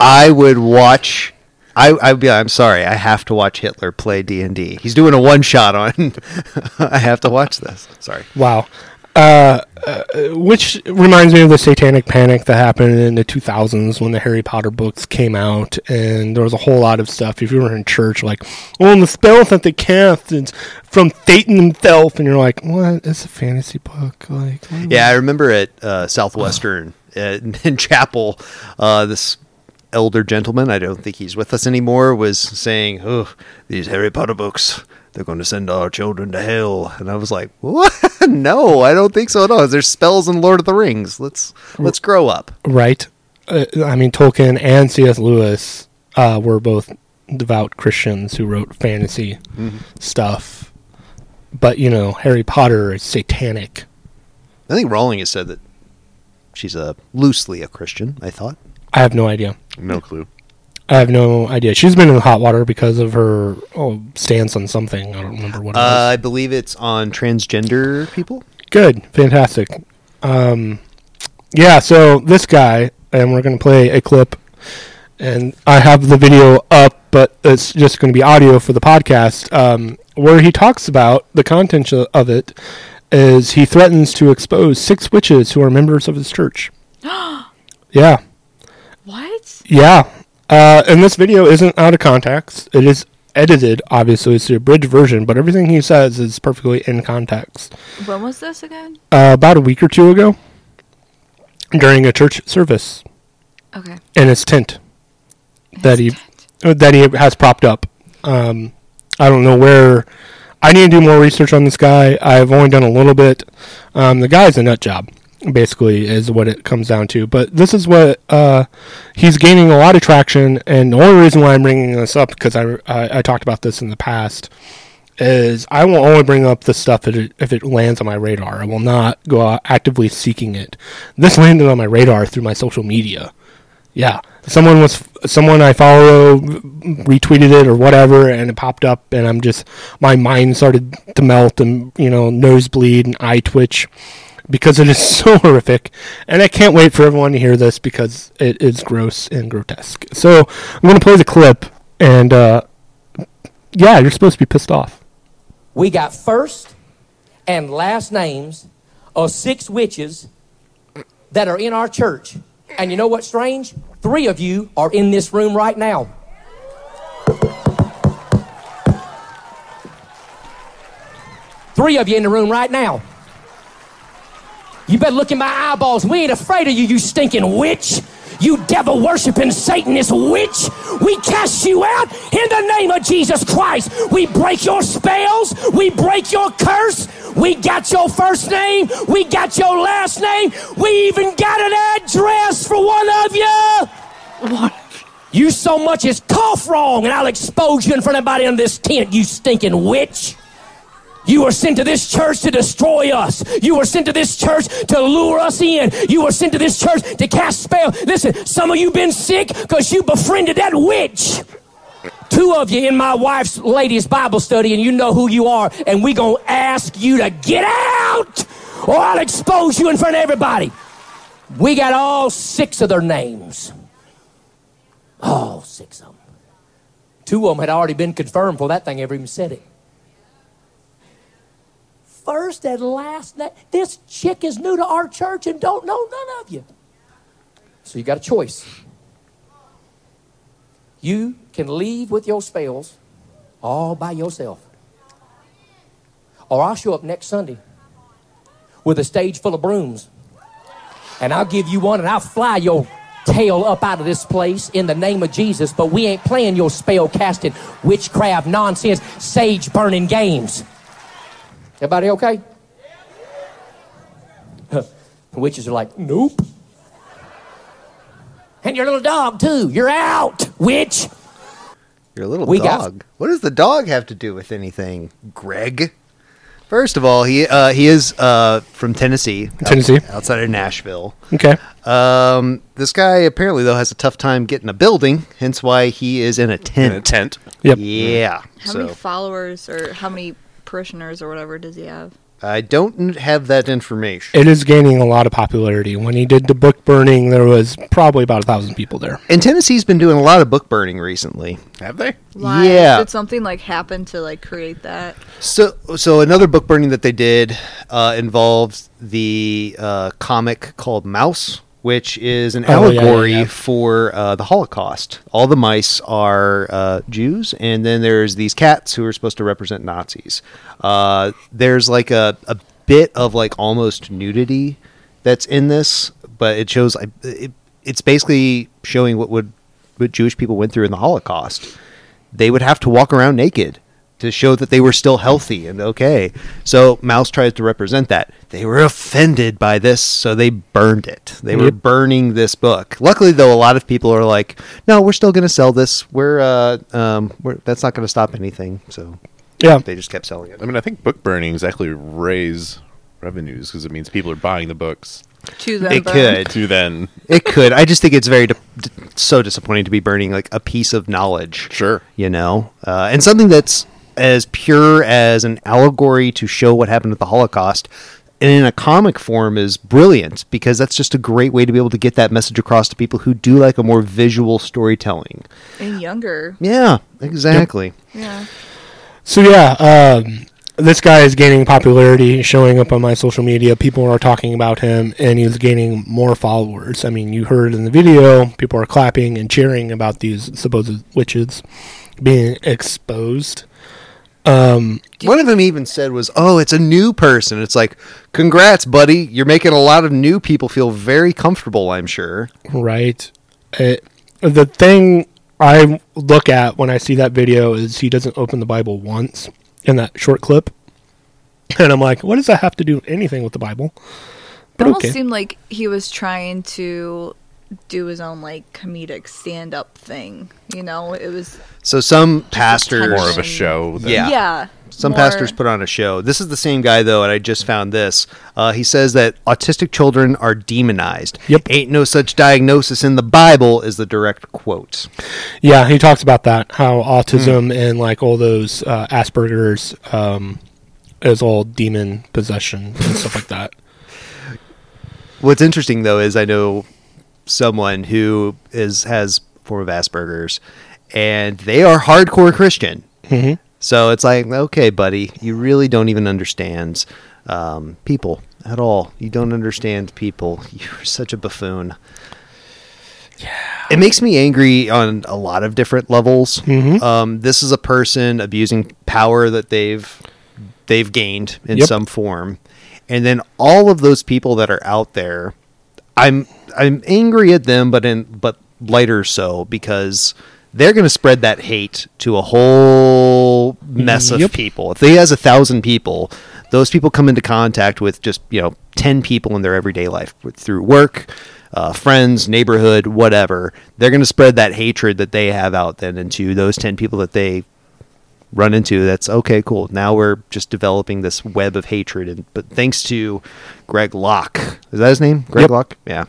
Speaker 2: I would watch. I, I'd be. I'm sorry. I have to watch Hitler play D and D. He's doing a one shot on. (laughs) I have to watch this. Sorry.
Speaker 1: Wow. Uh, uh, which reminds me of the satanic panic that happened in the 2000s when the Harry Potter books came out, and there was a whole lot of stuff. If you were in church, like, well, and the spells that they cast is from Satan himself, and you're like, what? It's a fantasy book. Like, what?
Speaker 2: Yeah, I remember at
Speaker 1: (sighs)
Speaker 2: uh, Southwestern uh, in chapel, uh, this elder gentleman, I don't think he's with us anymore, was saying, "Oh, these Harry Potter books." They're going to send our children to hell, and I was like, "What? (laughs) no, I don't think so. No, there's spells in Lord of the Rings. Let's
Speaker 1: Mm.
Speaker 2: let's grow up."
Speaker 1: right? Uh, I mean, Tolkien and C.S. Lewis uh, were both devout Christians who wrote fantasy stuff, but you know, Harry Potter is satanic.
Speaker 2: I think Rowling has said that she's a loosely a Christian. I thought.
Speaker 1: I have no idea.
Speaker 3: No clue.
Speaker 1: I have no idea. She's been in hot water because of her oh, stance on something. I don't remember what it
Speaker 2: Uh,
Speaker 1: was.
Speaker 2: I believe it's on transgender people.
Speaker 1: Good, fantastic. Um, yeah. So this guy, and we're gonna play a clip, and I have the video up, but it's just gonna be audio for the podcast, um, where he talks about the content of it. Is he threatens to expose six witches who are members of his church? yeah.
Speaker 4: What?
Speaker 1: Yeah. Uh, and this video isn't out of context. It is edited, obviously. It's the abridged version, but everything he says is perfectly in context.
Speaker 4: When was this again?
Speaker 1: Uh, about a week or two ago, during a church service
Speaker 4: Okay.
Speaker 1: in his tent that he
Speaker 2: e-
Speaker 4: Instant.
Speaker 1: uh, that he has propped up. Um, I don't know where. I need to do more research on this guy. I've only done a little bit. Um, the guy's a nut job, basically, is what it comes down to. But this is what uh, he's gaining a lot of traction. And the only reason why I'm bringing this up because I, I I talked about this in the past is I will only bring up the stuff if it, if it lands on my radar. I will not go out actively seeking it. This landed on my radar through my social media. Yeah, someone was someone I follow retweeted it or whatever, and it popped up, and I'm just my mind started to melt and you know nosebleed and eye twitch because it is (laughs) so horrific, and I can't wait for everyone to hear this because it is gross and grotesque. So I'm gonna play the clip, and uh, yeah, you're supposed to be pissed off.
Speaker 5: We got first and last names of six witches that are in our church. And you know what's strange? Three of you are in this room right now. Three of you in the room right now. You better look in my eyeballs. We ain't afraid of you, you stinking witch. You devil worshiping Satanist witch. We cast you out in the name of Jesus Christ. We break your spells. We break your curse. We got your first name. We got your last name. We even got an address for one of you. You so much as cough wrong, and I'll expose you in front of everybody in this tent, you stinking witch. You were sent to this church to destroy us. You were sent to this church to lure us in. You were sent to this church to cast spells. Listen, some of you been sick because you befriended that witch. Two of you in my wife's ladies Bible study, and you know who you are, and we gonna ask you to get out, or I'll expose you in front of everybody. We got all six of their names. All six of them. Two of them had already been confirmed before that thing ever even said it first and last name. This chick is new to our church and don't know none of you. So you got a choice. You can leave with your spells all by yourself. Or I'll show up next Sunday with a stage full of brooms. And I'll give you one and I'll fly your tail up out of this place in the name of Jesus. But we ain't playing your spell casting, witchcraft, nonsense, sage burning games. Everybody okay? (laughs) The witches are like, nope. And your little dog, too. You're out, witch.
Speaker 2: Your little
Speaker 5: We got-
Speaker 2: dog. what does the dog have to do with anything, Greg? First of all, he uh, he is uh, from Tennessee, out-
Speaker 1: Tennessee.
Speaker 2: outside of Nashville.
Speaker 1: Okay,
Speaker 2: Um, this guy apparently though has a tough time getting a building, hence why he is in a tent. Mm-hmm.
Speaker 3: in a tent.
Speaker 1: yep,
Speaker 2: Yeah.
Speaker 4: How
Speaker 2: so
Speaker 4: many followers or how many parishioners or whatever does he have?
Speaker 2: I don't n- have that information.
Speaker 1: it is gaining a lot of popularity. When he did the book burning, there was probably about a thousand people there.
Speaker 2: And Tennessee's been doing a lot of book burning recently.
Speaker 3: Have they?
Speaker 4: Why?
Speaker 2: Yeah.
Speaker 4: Did something like happen to like create that?
Speaker 2: So, so another book burning that they did uh, involves the uh, comic called Mouse, which is an
Speaker 1: Oh, yeah, yeah,
Speaker 2: allegory
Speaker 1: yeah.
Speaker 2: for uh, the Holocaust. All the mice are uh, Jews, and then there's these cats who are supposed to represent Nazis. Uh, there's like a, a bit of like almost nudity that's in this, but it shows I- it, it's basically showing what would what Jewish people went through in the Holocaust. They would have to walk around naked to show that they were still healthy and okay. So Mouse tries to represent that. They were offended by this, so they burned it. They were
Speaker 1: Yep.
Speaker 2: burning this book. Luckily, though, a lot of people are like, "No, we're still going to sell this. We're, uh, um, we're that's not going to stop anything." So
Speaker 1: Yeah,
Speaker 2: they just kept selling it.
Speaker 3: I mean, I think book burnings actually raise revenues because it means people are buying the books
Speaker 4: To them.
Speaker 2: It
Speaker 4: though.
Speaker 2: could.
Speaker 3: to then
Speaker 2: It could. I just think it's very de- d- so disappointing to be burning like a piece of knowledge.
Speaker 3: Sure.
Speaker 2: You know, uh, and something that's as pure as an allegory to show what happened at the Holocaust. And in a comic form is brilliant because that's just a great way to be able to get that message across to people who do like a more visual storytelling.
Speaker 4: And younger.
Speaker 2: Yeah, exactly.
Speaker 4: Yeah.
Speaker 1: So yeah, um, this guy is gaining popularity, showing up on my social media. People are talking about him, and he's gaining more followers. I mean, you heard in the video, people are clapping and cheering about these supposed witches being exposed.
Speaker 2: One of them even said was, "Oh, it's a new person." It's like, "Congrats, buddy! You're making a lot of new people feel very comfortable." I'm sure.
Speaker 1: Right. It, the thing I look at when I see that video is he doesn't open the Bible once in that short clip. And I'm like, what does that have to do with anything with the Bible?
Speaker 4: It
Speaker 1: But
Speaker 4: almost
Speaker 1: okay.
Speaker 4: seemed like he was trying to do his own like comedic stand up thing. You know, it was
Speaker 2: So some pastors,
Speaker 3: More of a show. Than,
Speaker 2: Yeah.
Speaker 4: yeah.
Speaker 2: some
Speaker 4: more-
Speaker 2: pastors put on a show. This is the same guy though, and I just found this. Uh, he says that autistic children are demonized.
Speaker 1: Yep.
Speaker 2: Ain't no such diagnosis in the Bible is the direct quote.
Speaker 1: Yeah, he talks about that how autism and like all those uh, Asperger's um, is all demon possession and stuff like that.
Speaker 2: What's interesting though is I know someone who is has a form of Asperger's, and they are hardcore Christian. Mm-hmm. So it's like, okay, buddy, you really don't even understand um, people at all. You don't understand people. (laughs) You're such a buffoon. It makes me angry on a lot of different levels. Um, this is a person abusing power that they've they've gained in
Speaker 1: Yep.
Speaker 2: some form, and then all of those people that are out there, I'm I'm angry at them, but in but lighter so because they're going to spread that hate to a whole mess of
Speaker 1: Yep.
Speaker 2: people. If they has a thousand people, those people come into contact with just you know ten people in their everyday life with- through work, uh, friends, neighborhood, whatever. They're going to spread that hatred that they have out then into those ten people that they run into that's okay cool now we're just developing this web of hatred and but thanks to greg locke is that his name greg
Speaker 1: Yep.
Speaker 2: locke yeah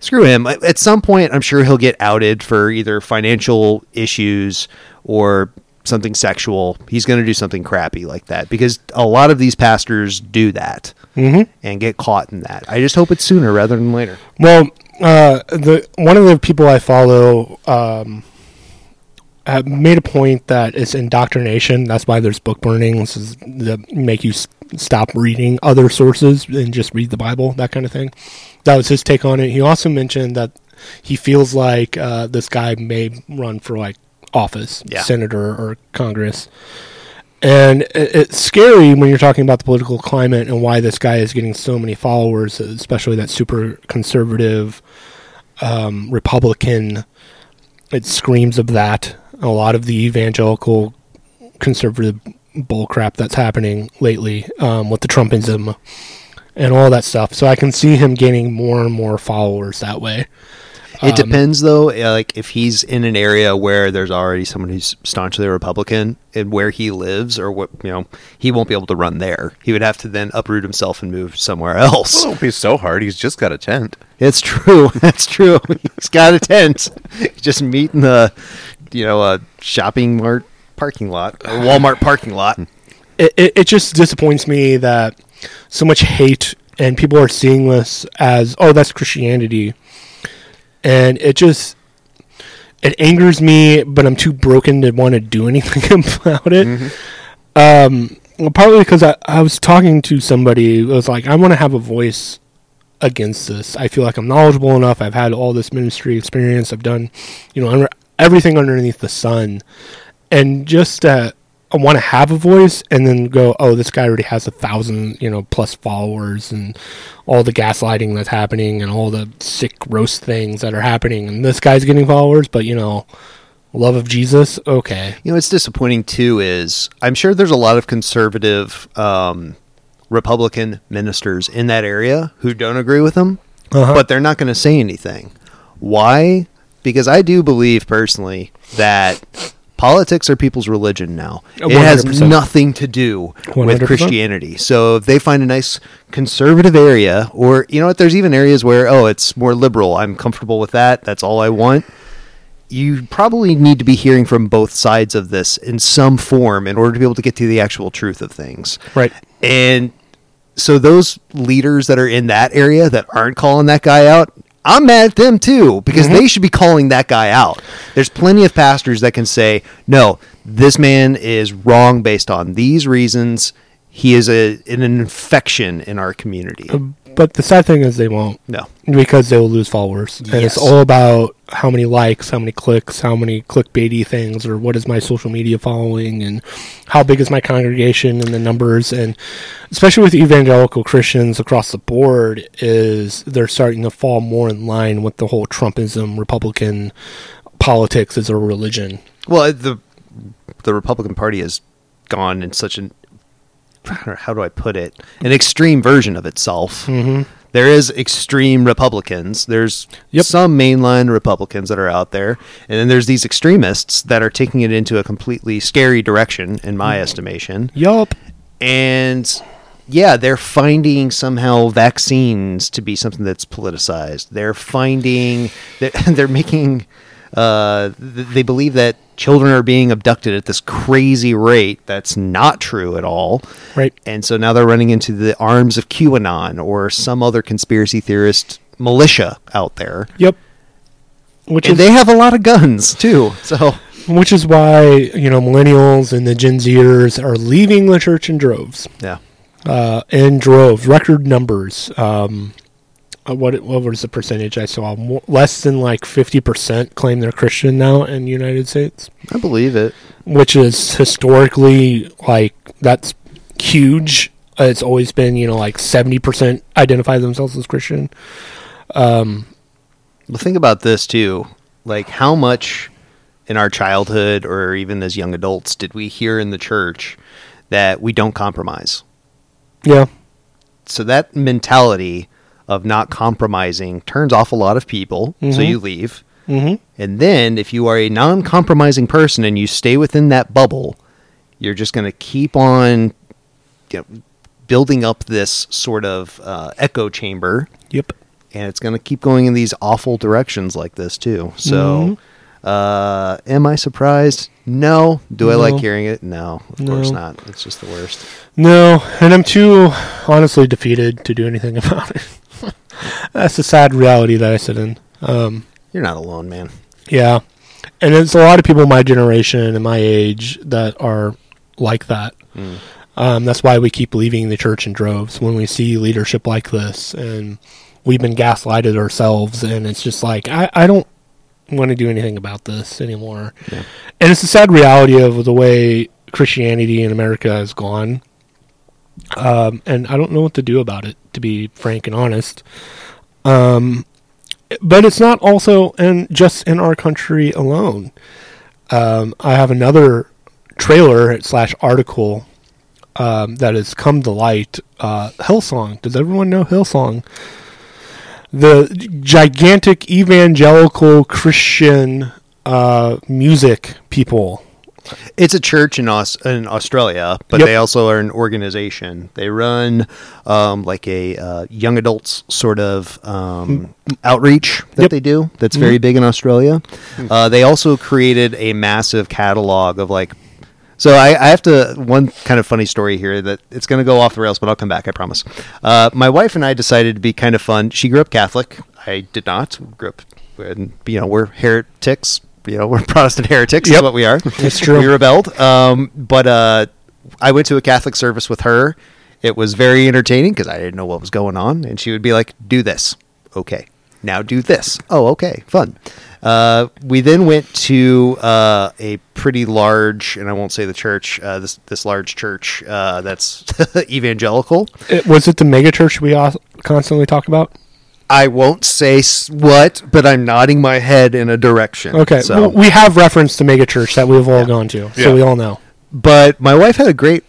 Speaker 2: screw him at at some point i'm sure he'll get outed for either financial issues or something sexual he's going to do something crappy like that because a lot of these pastors do that and get caught in that i just hope it's sooner rather than later
Speaker 1: Well, uh, the one of the people I follow um, uh, made a point that it's indoctrination. That's why there's book burnings is that make you s- stop reading other sources and just read the Bible, that kind of thing. That was his take on it. He also mentioned that he feels like uh, this guy may run for like office,
Speaker 2: Yeah.
Speaker 1: senator or Congress. And i- it's scary when you're talking about the political climate and why this guy is getting so many followers, especially that super conservative um, Republican. It screams of that. A lot of the evangelical conservative bullcrap that's happening lately um, with the Trumpism and all that stuff. So I can see him gaining more and more followers that way.
Speaker 2: It depends, though. uh, Like if he's in an area where there's already someone who's staunchly Republican, and where he lives, or what you know, he won't be able to run there. He would have to then uproot himself and move somewhere
Speaker 3: (laughs)
Speaker 2: else.
Speaker 3: Won't "Oh, be so hard. He's just got a tent.
Speaker 2: It's true. (laughs) That's true. he's got a tent. Just meet in the, you know, a shopping mart parking lot, a Walmart parking lot.
Speaker 1: it, it, it just disappoints me that so much hate and people are seeing this as oh that's christianity and it just it angers me but i'm too broken to want to do (laughs) anything about it um, well, partly because I, I was talking to somebody who was like i want to have a voice against this i feel like i'm knowledgeable enough i've had all this ministry experience i've done you know under, everything underneath the sun and just uh, I want to have a voice, and then go, oh, this guy already has a thousand, you know, plus followers, and all the gaslighting that's happening, and all the sick roast things that are happening, and this guy's getting followers, but you know, love of Jesus, okay,
Speaker 2: You know, what's disappointing too is I'm sure there's a lot of conservative um, Republican ministers in that area who don't agree with him,
Speaker 1: Uh-huh.
Speaker 2: but they're not going to say anything. Why? Because I do believe personally that politics are people's religion now. It has
Speaker 1: 100%.
Speaker 2: nothing to do with
Speaker 1: 100%.
Speaker 2: Christianity. So if they find a nice conservative area, or you know what, there's even areas where oh, it's more liberal. I'm comfortable with that. That's all I want you probably need to be hearing from both sides of this in some form in order to be able to get to the actual truth of things.
Speaker 1: Right.
Speaker 2: And so those leaders that are in that area that aren't calling that guy out, I'm mad at them too because they should be calling that guy out. There's plenty of pastors that can say, "No, this man is wrong based on these reasons. He is a an infection in our community."
Speaker 1: But the sad thing is they won't.
Speaker 2: No.
Speaker 1: Because they will lose followers. And it's
Speaker 2: Yes.
Speaker 1: all about how many likes, how many clicks, how many clickbaity things, or what is my social media following, and how big is my congregation, and the numbers. And especially with evangelical Christians across the board, is they're starting to fall more in line with the whole Trumpism, Republican politics as a religion.
Speaker 2: Well, the the Republican Party has gone in such an I don't know, how do I put it an extreme version of itself. Mm-hmm. is extreme Republicans. There's
Speaker 1: Yep.
Speaker 2: some mainline Republicans that are out there, and then there's these extremists that are taking it into a completely scary direction, in my estimation
Speaker 1: Yup.
Speaker 2: and yeah, they're finding somehow vaccines to be something that's politicized. They're finding they're, (laughs) they're making uh, th- they believe that children are being abducted at this crazy rate. That's not true at all.
Speaker 1: Right.
Speaker 2: And so now they're running into the arms of QAnon or some other conspiracy theorist militia out there.
Speaker 1: Yep. Which
Speaker 2: And
Speaker 1: is
Speaker 2: they have a lot of guns too. So
Speaker 1: which is why you know millennials and the Gen Zers are leaving the church in droves.
Speaker 2: yeah.
Speaker 1: uh, in droves, record numbers. Um, uh, what what was the percentage I saw? More, less than like fifty percent claim they're Christian now in the United States,
Speaker 2: I believe it.
Speaker 1: which is historically like that's huge. Uh, It's always been you know like seventy percent identify themselves as Christian.
Speaker 2: Well, think about this too. Like, how much in our childhood or even as young adults did we hear in the church that we don't compromise?
Speaker 1: Yeah,
Speaker 2: So, that mentality of not compromising turns off a lot of people. So, you leave. Mm-hmm. And then, if you are a non compromising person and you stay within that bubble, you're just going to keep on you know, building up this sort of uh, echo chamber
Speaker 1: yep,
Speaker 2: and it's going to keep going in these awful directions like this too. So, uh, am I surprised? No. Do I like
Speaker 1: No.
Speaker 2: hearing it? No, of course
Speaker 1: No.
Speaker 2: not. It's just the worst.
Speaker 1: no, and I'm too honestly defeated to do anything (laughs) about it. that's the sad reality that I sit in.
Speaker 2: You're not alone, man.
Speaker 1: Yeah. And it's a lot of people my generation and my age that are like that. Um, that's why we keep leaving the church in droves when we see leadership like this. And we've been gaslighted ourselves. And it's just like, I, I don't want to do anything about this anymore. And it's the sad reality of the way Christianity in America has gone. Um, and I don't know what to do about it, to be frank and honest but it's not also in just in our country alone. Um, I have another trailer slash article um, that has come to light. Uh, Hillsong. Does everyone know Hillsong? The gigantic evangelical Christian uh, music people.
Speaker 2: It's a church in Aus- in Australia, but
Speaker 1: Yep.
Speaker 2: they also are an organization. They run um, like a uh, young adults sort of um, outreach that
Speaker 1: Mm. Yep. Mm-hmm. Mm.
Speaker 2: they do. That's very big in Australia. Uh, they also created a massive catalog of like. So I, I have to one kind of funny story here that it's going to go off the rails, but I'll come back. I promise. Uh, my wife and I decided to be kind of fun. She grew up Catholic. I did not. We grew up, and you know, we're heretics. You know, we're (laughs) Protestant heretics. Is
Speaker 1: Yep.
Speaker 2: what we are.
Speaker 1: It's true.
Speaker 2: We rebelled. Um, but uh, I went to a Catholic service with her. It was very entertaining because I didn't know what was going on, and she would be like, "Do this, okay. Now do this. Oh, okay, fun." Uh, we then went to uh, a pretty large, and I won't say the church. Uh, this this large church uh, that's (laughs) evangelical.
Speaker 1: It, was it the megachurch we all constantly talk about?
Speaker 2: I won't say s- what, but I'm nodding my head in a direction.
Speaker 1: Okay,
Speaker 2: so.
Speaker 1: well, we have reference to megachurch that we've all gone to, so
Speaker 3: Yeah.
Speaker 1: we all know.
Speaker 2: but my wife had a great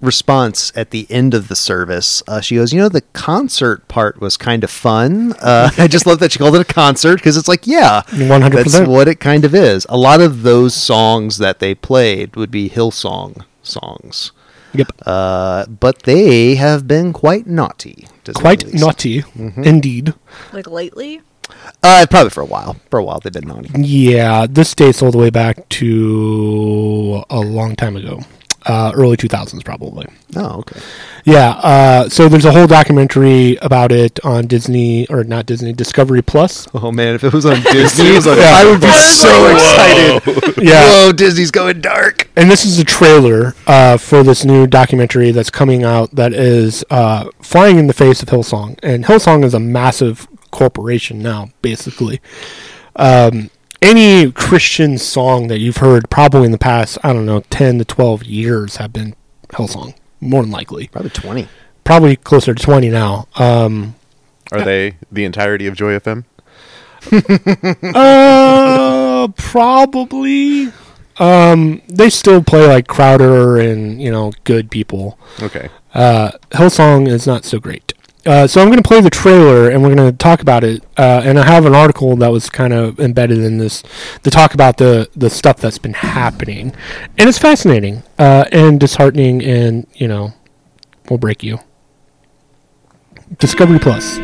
Speaker 2: response at the end of the service. Uh, she goes, "You know, the concert part was kind of fun. Uh, (laughs) I just love that she called it a concert because it's like, yeah,
Speaker 1: 100%.
Speaker 2: That's what it kind of is. A lot of those songs that they played would be Hillsong songs,
Speaker 1: Yep,
Speaker 2: uh, but they have been quite naughty. to say the
Speaker 1: quite
Speaker 2: least. Mm-hmm.
Speaker 1: naughty, indeed.
Speaker 4: Like lately?
Speaker 2: Uh, probably for a while. For a while, they've been naughty.
Speaker 1: Yeah, this dates all the way back to a long time ago, uh, early 2000s probably.
Speaker 2: Oh, okay.
Speaker 1: Yeah, uh, so there's a whole documentary about it on Disney or not Disney Discovery Plus.
Speaker 2: Oh man, (laughs) if it was on Disney, it was on-
Speaker 1: Yeah.
Speaker 2: I (laughs) would be so excited. (laughs)
Speaker 1: Yeah,
Speaker 2: Whoa, Disney's going dark.
Speaker 1: and this is a trailer uh, for this new documentary that's coming out that is uh, flying in the face of Hillsong, and Hillsong is a massive corporation now, basically. Um, any Christian song that you've heard probably in the past, I don't know, ten to twelve years have been Hillsong, more than likely,
Speaker 2: Probably twenty.
Speaker 1: probably closer to twenty now. Um,
Speaker 3: Are they the entirety of Joy FM?
Speaker 1: uh, probably. Um, they still play like Crowder and you know good people.
Speaker 3: Okay.
Speaker 1: uh, Hillsong is not so great. Uh, so I'm going to play the trailer and we're going to talk about it. Uh, and I have an article that was kind of embedded in this to talk about the the stuff that's been happening, and it's fascinating uh, and disheartening, and you know, will break you. Discovery Plus.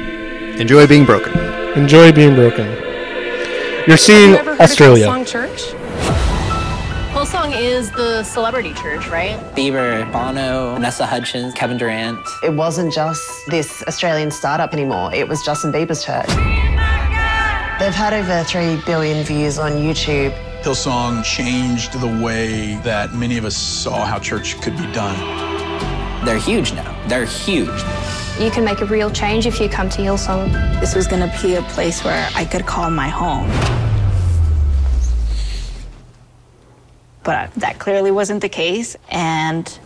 Speaker 2: Enjoy being broken.
Speaker 1: Enjoy being broken. You're
Speaker 6: Have
Speaker 1: seeing
Speaker 6: you ever heard of
Speaker 1: Australia.
Speaker 6: Hillsong Church?
Speaker 7: Hillsong is the celebrity church, right?
Speaker 8: Bieber, Bono, Vanessa Hudgens, Kevin Durant.
Speaker 9: it wasn't just this Australian startup anymore. It was Justin Bieber's church. They've had over 3 billion views on YouTube.
Speaker 10: Hillsong changed the way that many of us saw how church could be done.
Speaker 8: They're huge now. They're huge.
Speaker 11: You can make a real change if you come to Hillsong.
Speaker 6: This was going to be a place where I could call my home. But that clearly wasn't the case, and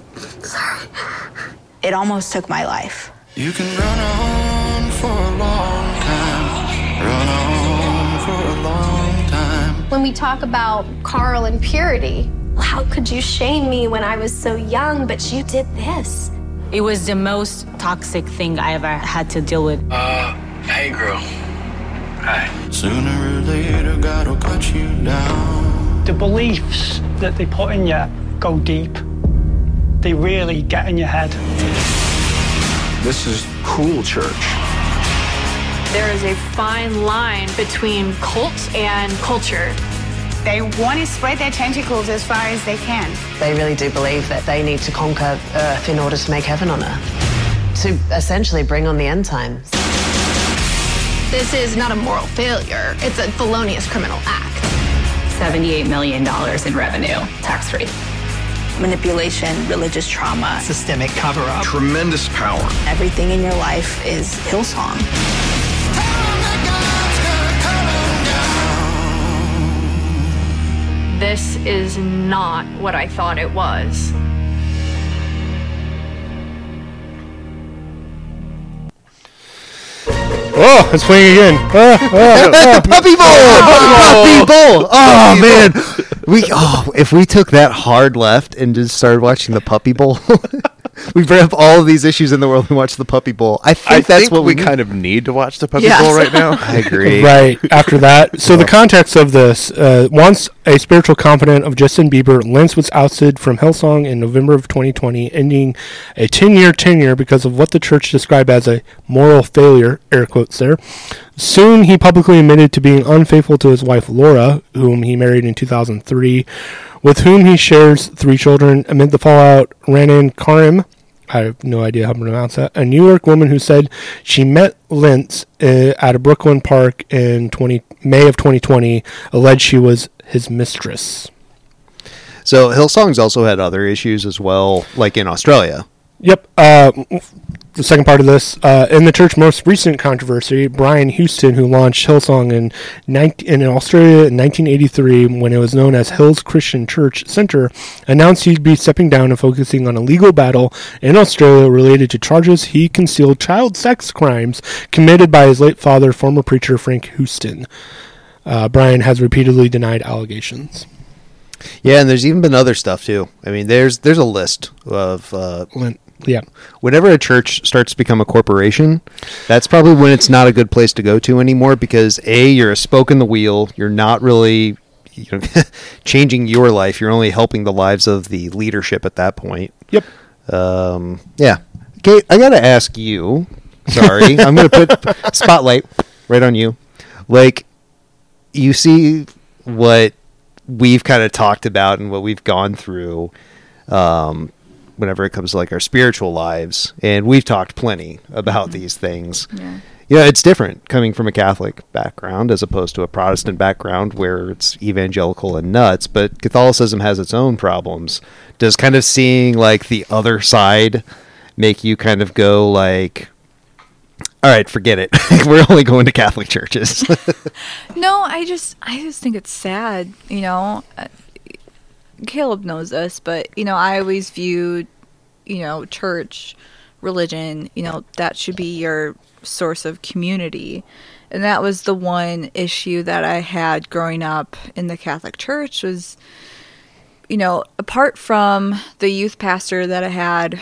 Speaker 6: it almost took my life.
Speaker 10: You can run on for a long time, run on for a long time.
Speaker 11: When we talk about Carl and purity, how could you shame me when I was so young, but you did this?
Speaker 7: It was the most toxic thing I ever had to deal with.
Speaker 10: Hey, girl. Hi. Sooner or later, God will cut you down.
Speaker 12: The beliefs that they put in you go deep. They really get in your head.
Speaker 10: This is cool church.
Speaker 6: There is a fine line between cult and culture. They want to spread their tentacles as far as they can.
Speaker 9: They really do believe that they need to conquer Earth in order to make heaven on Earth, to essentially bring on the end times.
Speaker 11: This is not a moral failure, it's a felonious criminal act.
Speaker 7: $78 million in revenue, tax free.
Speaker 6: Manipulation, religious trauma,
Speaker 8: Systemic cover up.
Speaker 10: Tremendous power.
Speaker 6: everything in your life is Hillsong. This is not what I thought it was.
Speaker 1: Oh, it's playing again. Ah, ah, ah.
Speaker 2: Puppy Bowl! Puppy Bowl! Oh, man. We oh, if we took that hard left and just started watching the Puppy Bowl, (laughs) we bring up all of these issues in the world and watch the Puppy Bowl. I think
Speaker 3: I
Speaker 2: that's
Speaker 3: think
Speaker 2: what
Speaker 3: we
Speaker 2: we (laughs)
Speaker 3: kind of need to watch the Puppy
Speaker 6: Yes.
Speaker 3: Bowl right now.
Speaker 2: I agree.
Speaker 1: Right after that. So the context of this: uh, once a spiritual confidant of Justin Bieber, Lentz was ousted from Hillsong in November of 2020, ending a 10-year tenure because of what the church described as a moral failure. Air quotes there. Soon he publicly admitted to being unfaithful to his wife Laura, whom he married in 2003, with whom he shares three children. Amid the fallout, Ranan Karim. I have no idea how to pronounce that. A New York woman who said she met Lentz uh, at a Brooklyn park in 20, May of 2020 alleged she was his mistress.
Speaker 2: So Hillsong's also had other issues as well, like in Australia.
Speaker 1: Yep. Uh, the second part of this uh, in the church most recent controversy, Brian Houston, who launched Hillsong in 19, in Australia in 1983 when it was known as Hills Christian Church Center, announced he'd be stepping down and focusing on a legal battle in Australia related to charges he concealed child sex crimes committed by his late father, former preacher Frank Houston. Uh, Brian has repeatedly denied allegations.
Speaker 2: Yeah, and there's even been other stuff too. I mean, there's there's a list of uh,
Speaker 1: Lin- Yeah.
Speaker 2: whenever a church starts to become a corporation, that's probably when it's not a good place to go to anymore because a you're a spoke in the wheel. You're not really you know, (laughs) changing your life. You're only helping the lives of the leadership at that point.
Speaker 1: Yep.
Speaker 2: Um, yeah, Kate, I gotta ask you. Sorry, I'm gonna put spotlight right on you. like you see what we've kind of talked about and what we've gone through um, whenever it comes to like our spiritual lives and we've talked plenty about these things
Speaker 10: Yeah.
Speaker 2: you know it's different coming from a catholic background as opposed to a protestant background where it's evangelical and nuts but catholicism has its own problems does kind of seeing like the other side make you kind of go like all right forget it (laughs) we're only going to catholic churches (laughs)
Speaker 4: No, I just I just think it's sad, you know. Uh, Caleb knows this, but you know, I always viewed, you know, church, religion, you know, that should be your source of community. And that was the one issue that I had growing up in the Catholic Church was you know, apart from the youth pastor that I had,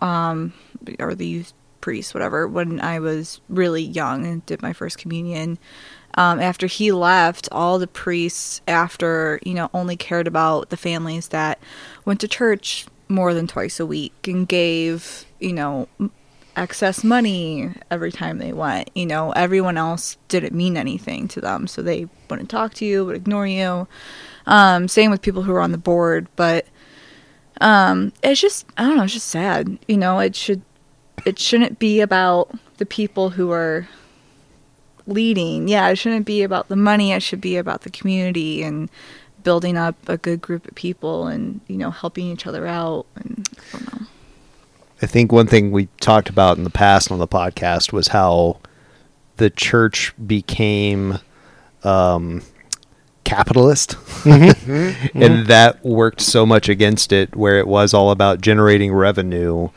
Speaker 4: um, or the youth priest, whatever, when I was really young and did my first communion, um, after he left, all the priests after, you know, only cared about the families that went to church more than twice a week and gave, you know, m- excess money every time they went. You know, everyone else didn't mean anything to them, so they wouldn't talk to you, would ignore you. Um, same with people who are on the board, but um, it's just I don't know, it's just sad. You know, it should it shouldn't be about the people who are leading. Yeah, it shouldn't be about the money. It should be about the community and building up a good group of people and you know helping each other out and I don't know.
Speaker 2: I think one thing we talked about in the past on the podcast was how the church became um, capitalist, Mm-hmm. (laughs)
Speaker 10: Mhm. Mhm.
Speaker 2: and that worked so much against it, where it was all about generating revenue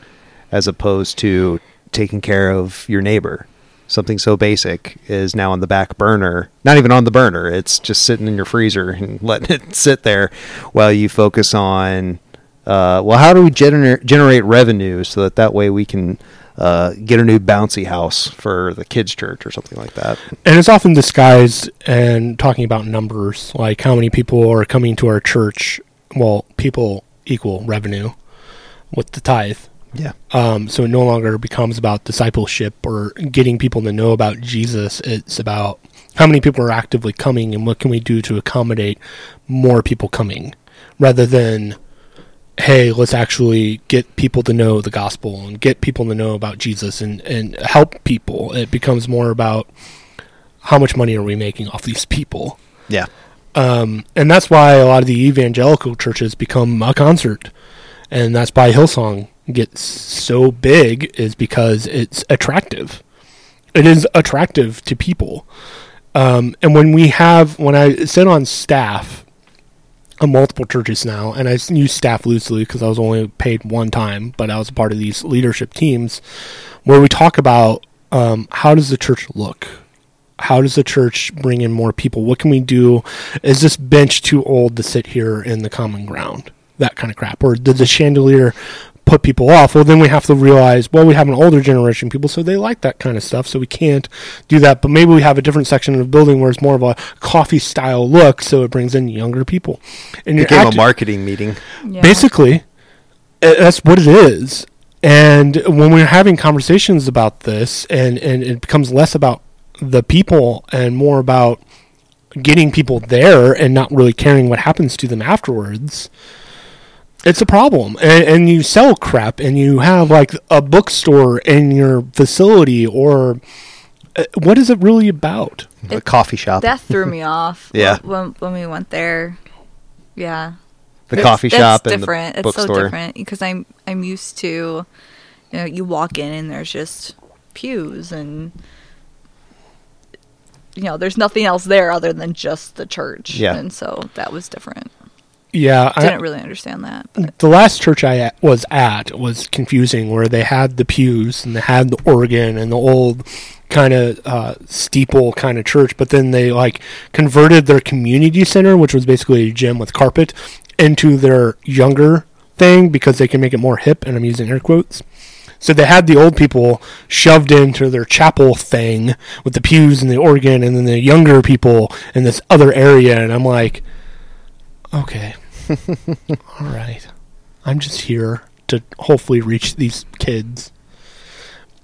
Speaker 2: as opposed to taking care of your neighbor. Something so basic is now on the back burner. Not even on the burner. It's just sitting in your freezer and (laughs) letting it sit there while you focus on, uh, well, how do we gener- generate revenue so that that way we can uh, get a new bouncy house for the kids' church or something like that.
Speaker 1: And it's often disguised and talking about numbers, like how many people are coming to our church. Well, people equal revenue with the tithe.
Speaker 2: Yeah.
Speaker 1: Um, so it no longer becomes about discipleship or getting people to know about Jesus. It's about how many people are actively coming and what can we do to accommodate more people coming rather than, hey, let's actually get people to know the gospel and get people to know about Jesus and, and help people. It becomes more about how much money are we making off these people?
Speaker 2: Yeah.
Speaker 1: Um, and that's why a lot of the evangelical churches become a concert. And that's why Hillsong gets so big is because it's attractive. It is attractive to people. Um, and when we have, when I sit on staff on multiple churches now, and I s- use staff loosely because I was only paid one time, but I was a part of these leadership teams where we talk about um, how does the church look? How does the church bring in more people? What can we do? Is this bench too old to sit here in the common ground? That kind of crap. Or did the chandelier put people off? Well, then we have to realize, well, we have an older generation of people, so they like that kind of stuff, so we can't do that. But maybe we have a different section of the building where it's more of a coffee style look, so it brings in younger people.
Speaker 2: It
Speaker 1: And you're
Speaker 2: became a
Speaker 1: acti-
Speaker 2: marketing meeting.
Speaker 1: Basically, uh, that's what it is. And when we're having conversations about this, and, and it becomes less about the people and more about getting people there and not really caring what happens to them afterwards, it's a problem. And, and you sell crap, and you have like a bookstore in your facility, or uh, what is it really about?
Speaker 2: A coffee shop.
Speaker 4: That threw
Speaker 2: (laughs)
Speaker 4: me off.
Speaker 1: Yeah.
Speaker 4: When when we went there, yeah.
Speaker 2: The coffee shop and the
Speaker 4: different. it's so
Speaker 2: bookstore.
Speaker 4: different because I'm I'm used to, you know, you walk in and there's just pews and you know there's nothing else there other than just the church.
Speaker 1: Yeah.
Speaker 4: And so that was different.
Speaker 1: Yeah, I-
Speaker 4: Didn't really understand that.
Speaker 1: the last church I at- was at was confusing, where they had the pews and they had the organ and the old kind of uh, steeple kind of church, but then they like converted their community center, which was basically a gym with carpet, into their younger thing because they can make it more hip, and I'm using air quotes. So they had the old people shoved into their chapel thing with the pews and the organ, and then the younger people in this other area, and I'm like, okay. All right. I'm just here to hopefully reach these kids.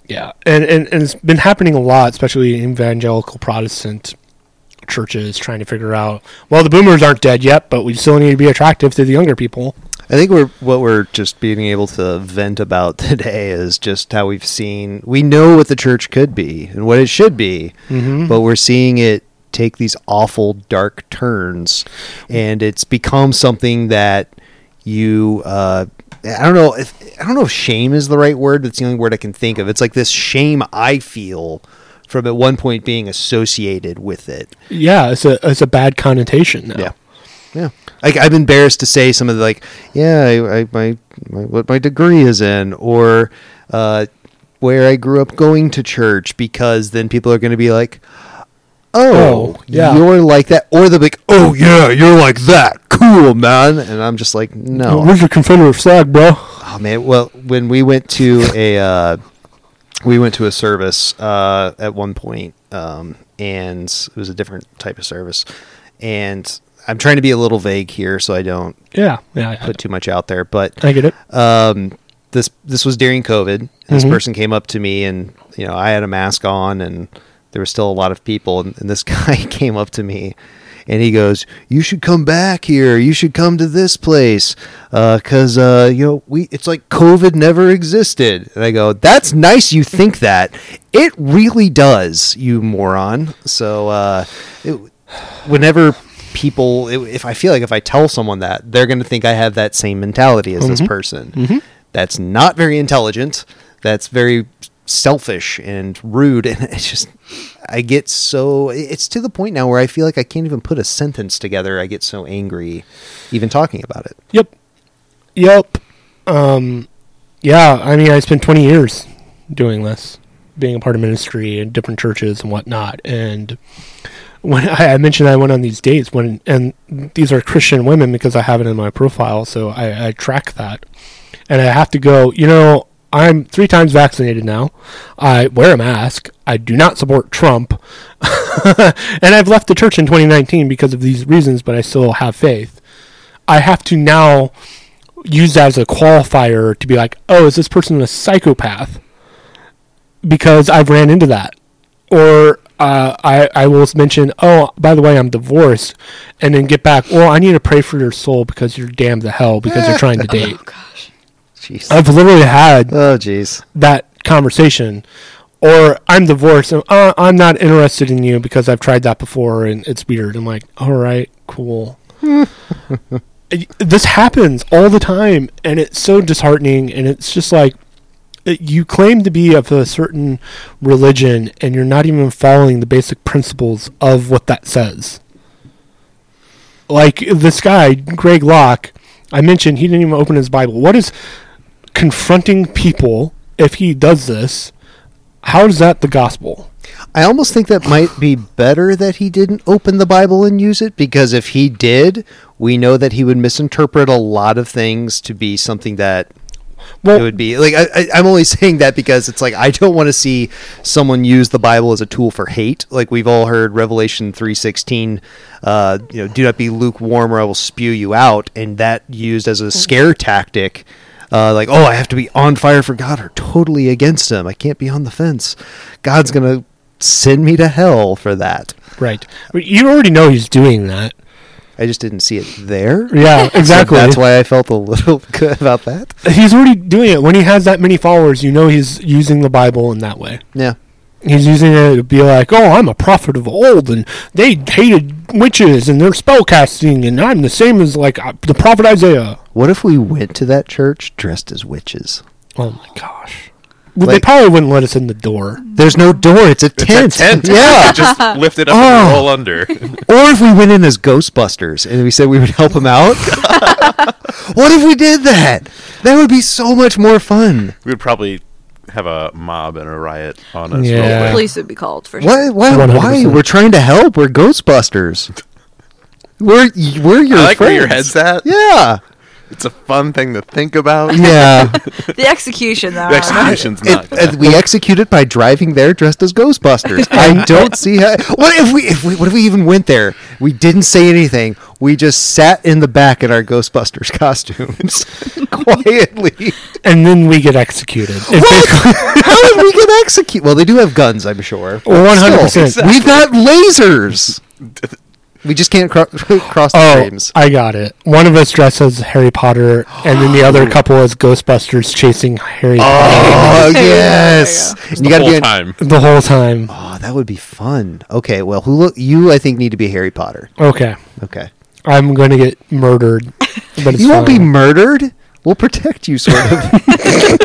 Speaker 1: Yeah. And, and, and it's been happening a lot, especially in evangelical Protestant churches trying to figure out, well, the boomers aren't dead yet, but we still need to be attractive to the younger people.
Speaker 2: I think we're what we're just being able to vent about (laughs) today is just how we've seen we know what the church could be and what it should be,
Speaker 1: Mhm.
Speaker 2: but we're seeing it take these awful dark turns, and it's become something that you uh, I don't know if I don't know if shame is the right word. That's the only word I can think of. It's like this shame I feel from at one point being associated with it.
Speaker 1: Yeah, it's a it's a bad connotation now. Yeah.
Speaker 2: Yeah. Like I'm embarrassed to say some of the like, yeah, I, I my, my what my degree is in, or uh, where I grew up going to church, because then people are going to be like, oh,
Speaker 1: Oh, yeah.
Speaker 2: you're like that, or they'll be like, oh yeah, you're like that, cool man, and I'm just like, no,
Speaker 1: Where's your Confederate flag, bro?
Speaker 2: Oh man, well, when we went to a uh, we went to a service uh, at one point, um, and it was a different type of service. And I'm trying to be a little vague here, so I don't
Speaker 1: Yeah, yeah, yeah.
Speaker 2: put too much out there. But
Speaker 1: I get it.
Speaker 2: Um, this this was during COVID. This
Speaker 1: Mhm.
Speaker 2: person came up to me, and you know, I had a mask on, and there were still a lot of people. And, and this (laughs) guy came up to me, and he goes, "You should come back here. You should come to this place, because uh, you know we it's like COVID never existed." And I go, "That's nice. You think that it really does, you moron." So uh, it, whenever people if i feel like if i tell someone that they're going to think i have that same mentality as this
Speaker 1: Mhm.
Speaker 2: person
Speaker 1: Mhm.
Speaker 2: that's not very intelligent that's very selfish and rude (laughs) and it's just i get so it's to the point now where i feel like i can't even put a sentence together i get so angry even talking about it
Speaker 1: Yep. Yep. Um, yeah, I mean, I spent 20 years doing this, being a part of ministry and different churches and whatnot. And when (laughs) I, I mentioned I went on these dates, when and these are Christian women because I have it in my profile, so I, I track that. And I have to go, you know, I'm three times vaccinated now. I wear a mask. I do not support Trump. (laughs) and I've left the church in 2019 because of these reasons, but I still have faith. I have to now use that as a qualifier to be like, oh, is this person a psychopath? Because I've ran into that. Or uh, I, I will mention, oh, by the way, I'm divorced, and then get back, well, I need to pray for your soul because you're damned to hell because you're trying to date.
Speaker 2: jeez
Speaker 1: I've literally had
Speaker 2: oh jeez
Speaker 1: that conversation. Or I'm divorced and uh, I'm not interested in you because I've tried that before and it's weird. I'm like, all right, cool. (laughs) this happens all the time and it's so disheartening and it's just like it- you claim to be of a certain religion and you're not even following the basic principles of what that says like this guy greg locke i mentioned he didn't even open his bible what is confronting people if he does this how is that the gospel
Speaker 2: I almost think that might be better that he didn't open the Bible and use it because if he did, we know that he would misinterpret a lot of things to be something that it would be like I, I, I'm only (laughs) saying that because it's like I don't want to see someone use the Bible as a tool for hate. Like we've all heard Revelation three sixteen, uh, you know, do not be lukewarm or I will spew you out, and that used as a scare tactic. Uh, like, oh, I have to be on fire for God or totally against Him. I can't be on the fence. God's gonna send me to hell for that.
Speaker 1: right you already know he's doing that
Speaker 2: I just didn't see it there.
Speaker 1: Yeah,
Speaker 2: (laughs) So
Speaker 1: exactly.
Speaker 2: that's why I felt a little (laughs) good about that.
Speaker 1: he's already doing it when he has that many followers you know he's using the bible in that way
Speaker 2: Yeah.
Speaker 1: He's using it to be like, oh, I'm a prophet of old, and they hated witches and their spellcasting, and I'm the same as like uh, the prophet Isaiah.
Speaker 2: What if we went to that church dressed as witches?
Speaker 1: Oh my gosh! Well, they
Speaker 2: Like-
Speaker 1: probably wouldn't let us in the door.
Speaker 2: There's no door. It's a tent.
Speaker 3: tent. (laughs)
Speaker 2: Yeah.
Speaker 3: just lift it up
Speaker 2: Oh.
Speaker 3: and roll under.
Speaker 2: or if we went in as Ghostbusters and we said we would help him
Speaker 3: (laughs)
Speaker 2: out. what if we did that? That would be so much more fun.
Speaker 3: we would probably have a mob and a riot on us.
Speaker 2: Yeah.
Speaker 3: Real quick.
Speaker 4: Police would be called for
Speaker 2: Why?
Speaker 4: sure.
Speaker 2: Why? Why?
Speaker 1: 100%.
Speaker 2: We're trying to help. We're Ghostbusters. We're we're your
Speaker 3: I like where your
Speaker 2: friends.
Speaker 3: head's at. (laughs)
Speaker 2: Yeah.
Speaker 3: It's a fun thing to think about.
Speaker 2: Yeah.
Speaker 4: The execution, though.
Speaker 2: (laughs)
Speaker 3: The execution's not.
Speaker 2: It- and we executed by driving there dressed as Ghostbusters.
Speaker 1: (laughs)
Speaker 2: I don't see how. What if we, if we? What if we even went there? We didn't say anything. We just sat in the back in our Ghostbusters
Speaker 1: (laughs)
Speaker 2: (laughs) costumes quietly.
Speaker 1: And then we get executed. If
Speaker 2: What? (laughs) how did we get executed? Well, they do have guns, I'm sure. but
Speaker 1: Well, 100%. (laughs)
Speaker 2: still, We've got lasers. We just can't cro- (laughs) cross the
Speaker 1: Oh,
Speaker 2: streams.
Speaker 1: I got it. One of us dresses Harry Potter, and then the other (gasps) couple is Ghostbusters chasing Harry.
Speaker 2: Oh
Speaker 1: Potter.
Speaker 2: yes,
Speaker 1: It's the whole
Speaker 2: in-
Speaker 1: time. The whole time.
Speaker 2: Oh, that would be fun. Okay, well, who lo- you I think need to be Harry Potter.
Speaker 1: Okay.
Speaker 2: Okay.
Speaker 1: I'm going to get murdered. But it's
Speaker 2: you won't be
Speaker 1: fine.
Speaker 2: murdered. We'll protect you, sort of.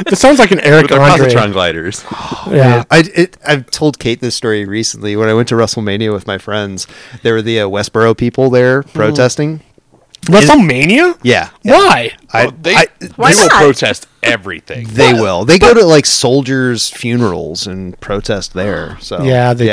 Speaker 1: It sounds like an Eric
Speaker 3: They're
Speaker 1: Andre.
Speaker 3: positron gliders.
Speaker 1: (laughs) Yeah.
Speaker 2: I it, I've told Kate this story recently when I went to WrestleMania with my friends. There were the uh, Westboro people there
Speaker 1: Mm.
Speaker 2: protesting.
Speaker 1: WrestleMania?
Speaker 2: Yeah.
Speaker 1: Why?
Speaker 2: I,
Speaker 13: They,
Speaker 2: I-
Speaker 13: they will protest everything.
Speaker 2: They will. They go to like soldiers' funerals and protest there. So
Speaker 1: Yeah, they do.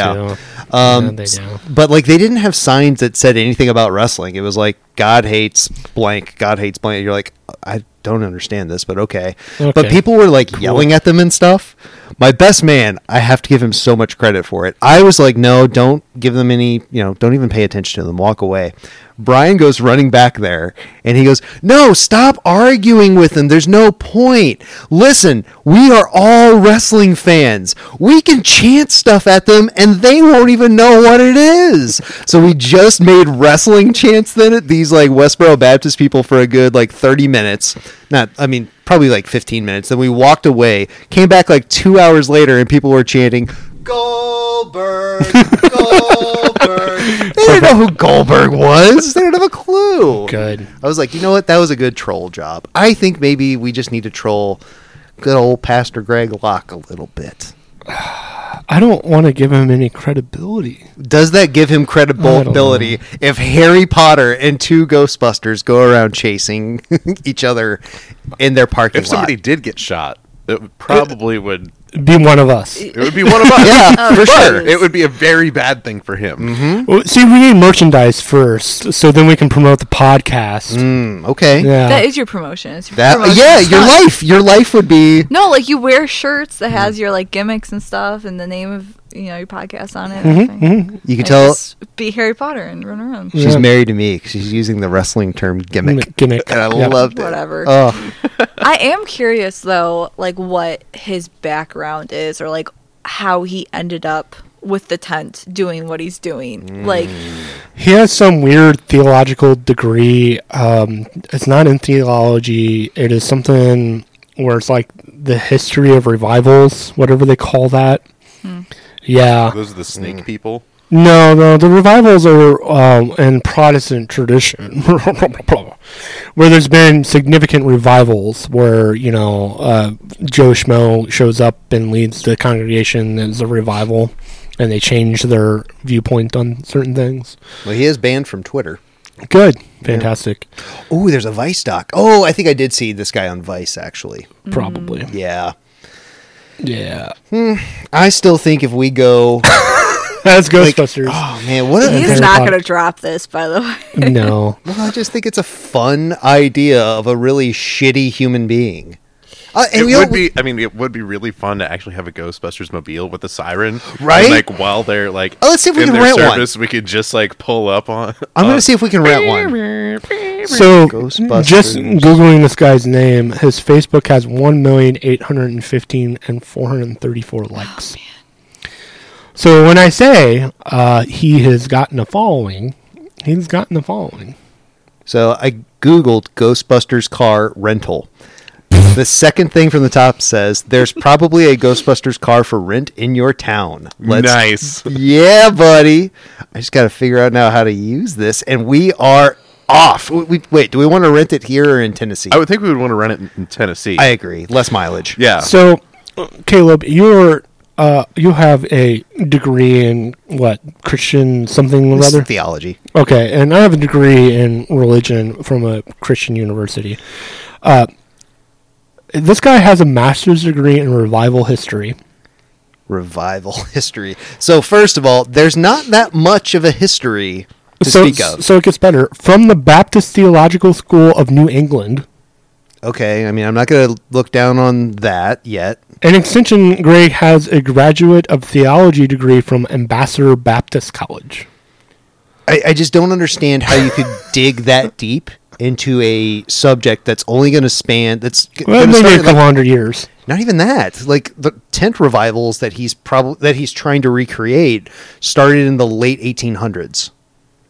Speaker 2: Um,
Speaker 1: Yeah, they
Speaker 2: s-
Speaker 1: do.
Speaker 2: But like, they didn't have signs that said anything about wrestling. It was like God hates blank. God hates blank. You're like, I don't understand this, but okay. But
Speaker 1: Okay.
Speaker 2: people were like yelling at them and stuff. My best man, I have to give him so much credit for it. I was like, no, don't give them any, you know, don't even pay attention to them. Walk away. Brian goes running back there and he goes, No, stop arguing with them. There's no point. Listen, we are all wrestling fans. We can chant stuff at them and they won't even know what it is. So we just made wrestling chants then at these like Westboro Baptist people for a good like 30 minutes. Not, I mean, probably like 15 minutes. Then we walked away, came back like two hours later and people were chanting, Goldberg, Goldberg. They didn't know who Goldberg was. They didn't have a clue.
Speaker 1: Good.
Speaker 2: I was like, you know what? That was a good troll job. I think maybe we just need to troll good old Pastor Greg Locke a little bit.
Speaker 1: I don't want to give him any credibility.
Speaker 2: Does that give him credibility if Harry Potter and two Ghostbusters go around chasing (laughs) each other in their parking
Speaker 3: If somebody
Speaker 2: lot?
Speaker 3: did get shot, it would- probably would.
Speaker 1: Be one of us.
Speaker 3: It would be one
Speaker 2: (laughs)
Speaker 3: of us.
Speaker 2: Yeah, for
Speaker 3: But
Speaker 2: sure. Mm-hmm.
Speaker 3: It would be a very bad thing for him.
Speaker 1: Well, See, we need merchandise first, so then we can promote the podcast.
Speaker 2: Hmm, okay.
Speaker 1: Yeah.
Speaker 4: That is your promotion. It's your
Speaker 2: That
Speaker 4: promotion
Speaker 2: yeah, your
Speaker 4: stuff.
Speaker 2: life, your life would be
Speaker 4: No, like you wear shirts that
Speaker 2: Mm.
Speaker 4: has your like gimmicks and stuff, and the name of you know your podcast on it.
Speaker 2: Mhm, mhm. You can tell-
Speaker 4: Just be Harry Potter and run around.
Speaker 2: She's married to me. 'cause She's using the wrestling term gimmick.
Speaker 1: Gimmick.
Speaker 2: And I
Speaker 1: yeah.
Speaker 2: loved it.
Speaker 4: Whatever.
Speaker 2: Oh,
Speaker 4: I am curious though, like what his background is, or like how he ended up with the tent doing what he's doing.
Speaker 2: Mm.
Speaker 4: Like,
Speaker 1: He has some weird theological degree. Um, it's not in theology. It is something where it's like the history of revivals, whatever they call that. Yeah.
Speaker 3: Those are the snake
Speaker 2: Mm-hmm.
Speaker 3: people.
Speaker 1: No, no, the revivals are um, in Protestant tradition, (laughs) where there's been significant revivals where you know uh, Joe Schmo shows up and leads the congregation as a revival, and they change their viewpoint on certain things.
Speaker 2: well, he is banned from Twitter.
Speaker 1: Good, fantastic.
Speaker 2: Oh, there's a Vice doc. Oh, I think I did see this guy on Vice actually.
Speaker 1: Probably.
Speaker 2: Yeah.
Speaker 1: Yeah.
Speaker 2: I still think if we go,
Speaker 1: that's Ghostbusters.
Speaker 2: oh man, what? A,
Speaker 4: he's not gonna drop this, by the way.
Speaker 1: No.
Speaker 2: Well, I just think it's a fun idea of a really shitty human being. Uh, and
Speaker 3: it
Speaker 2: we all-
Speaker 3: would be. I mean, it would be really fun to actually have a Ghostbusters mobile with a siren, and,
Speaker 2: Right?
Speaker 3: like while they're like,
Speaker 2: Oh, let's see if we
Speaker 3: in
Speaker 2: can
Speaker 3: their
Speaker 2: rent one.
Speaker 3: service, we could just like pull up on.
Speaker 2: (laughs) I'm gonna
Speaker 3: on-
Speaker 2: see if we can rent one.
Speaker 1: So,
Speaker 2: Ghostbusters.
Speaker 1: just googling this guy's name, his Facebook has one million eight hundred and fifteen and four hundred and thirty-four likes. So when I say uh, he has gotten a following, he's gotten a following.
Speaker 2: So I Googled Ghostbusters car rental. the second thing from the top says there's probably a Ghostbusters car for rent in your town.
Speaker 3: Nice.
Speaker 2: Yeah, buddy. I just got to figure out now how to use this. And we are off. We, we- wait, do we want to rent it here or in Tennessee?
Speaker 3: I would think we would want to rent it in- in Tennessee.
Speaker 2: I agree. Less mileage.
Speaker 3: Yeah.
Speaker 1: So, Caleb, you're uh, you have a degree in what Christian something or
Speaker 2: This is
Speaker 1: other
Speaker 2: theology.
Speaker 1: Okay, and I have a degree in religion from a Christian university. Uh, this guy has a master's degree in revival history.
Speaker 2: Revival (laughs) history. So, first of all, there's not that much of a history to
Speaker 1: so,
Speaker 2: speak of.
Speaker 1: so it gets better. From the Baptist Theological School of New England,
Speaker 2: Okay. I mean, I'm not going to look down on that yet.
Speaker 1: an extension Gray has a graduate of theology degree from Ambassador Baptist College.
Speaker 2: I, I just don't understand how you could (laughs) dig that deep into a subject that's only going to span that's g-
Speaker 1: Well,
Speaker 2: gonna
Speaker 1: maybe a
Speaker 2: start at,
Speaker 1: couple
Speaker 2: like,
Speaker 1: hundred years.
Speaker 2: not even that like the tent revivals that he's probably that he's trying to recreate started in the late 1800s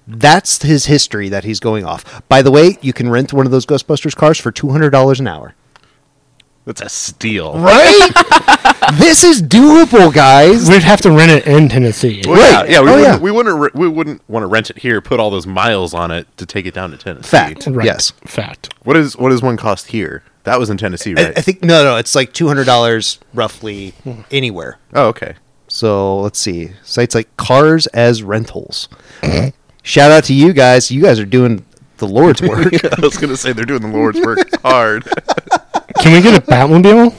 Speaker 2: that's his history that he's going off by the way you can rent one of those ghostbusters cars for $200 an hour
Speaker 13: That's a steal.
Speaker 2: right this is doable guys
Speaker 1: We'd have to rent it in Tennessee.
Speaker 13: Well,
Speaker 2: Right.
Speaker 13: Yeah, yeah, we,
Speaker 2: Oh,
Speaker 13: wouldn't,
Speaker 2: yeah.
Speaker 13: we wouldn't re- we wouldn't want to rent it here, put all those miles on it to take it down to Tennessee.
Speaker 2: Fact. Right. Yes.
Speaker 1: Fact.
Speaker 13: What is what is one cost here? That was in Tennessee,
Speaker 2: I-
Speaker 13: right?
Speaker 2: I, think no no it's like $200 roughly anywhere
Speaker 13: oh (laughs) okay
Speaker 2: so let's see sites like cars as rentals shout out to you guys you guys are doing the lord's work
Speaker 13: I was gonna say they're doing the Lord's (laughs) work hard.
Speaker 1: Can we get a Batmobile?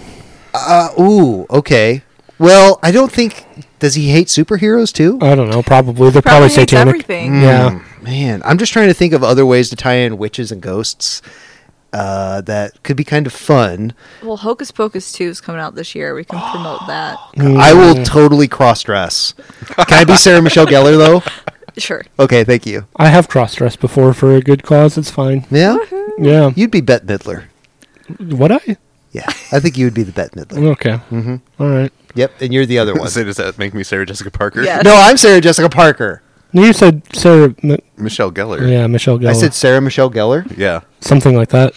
Speaker 2: Uh, ooh, okay. Well, I don't think. Does he hate superheroes too?
Speaker 1: I don't know. Probably they're
Speaker 4: (laughs)
Speaker 1: probably, satanic. Yeah.
Speaker 2: Mm, man. I'm just trying to think of other ways to tie in witches and ghosts uh, that could be kind of fun.
Speaker 4: Well, Hocus Pocus 2 is coming out this year. We can promote that.
Speaker 2: I will totally cross dress. Can I be Sarah Michelle Gellar though?
Speaker 4: Sure.
Speaker 2: Okay, thank you.
Speaker 1: I have cross dressed before for a good cause. It's fine.
Speaker 2: Yeah,
Speaker 1: yeah.
Speaker 2: You'd be Bette Midler.
Speaker 1: Would I?
Speaker 2: Yeah, I think you would be the Bette Midler.
Speaker 1: Okay.
Speaker 2: Mhm.
Speaker 1: All right.
Speaker 2: Yep, and you're the other
Speaker 3: (laughs)
Speaker 2: one.
Speaker 13: so does that make me Sarah Jessica Parker?
Speaker 2: No, I'm Sarah Jessica Parker.
Speaker 1: No, You said Sarah. M-
Speaker 13: Michelle Geller.
Speaker 1: Yeah, Michelle Geller.
Speaker 2: I said Sarah Michelle Gellar.
Speaker 13: Yeah.
Speaker 1: something like that.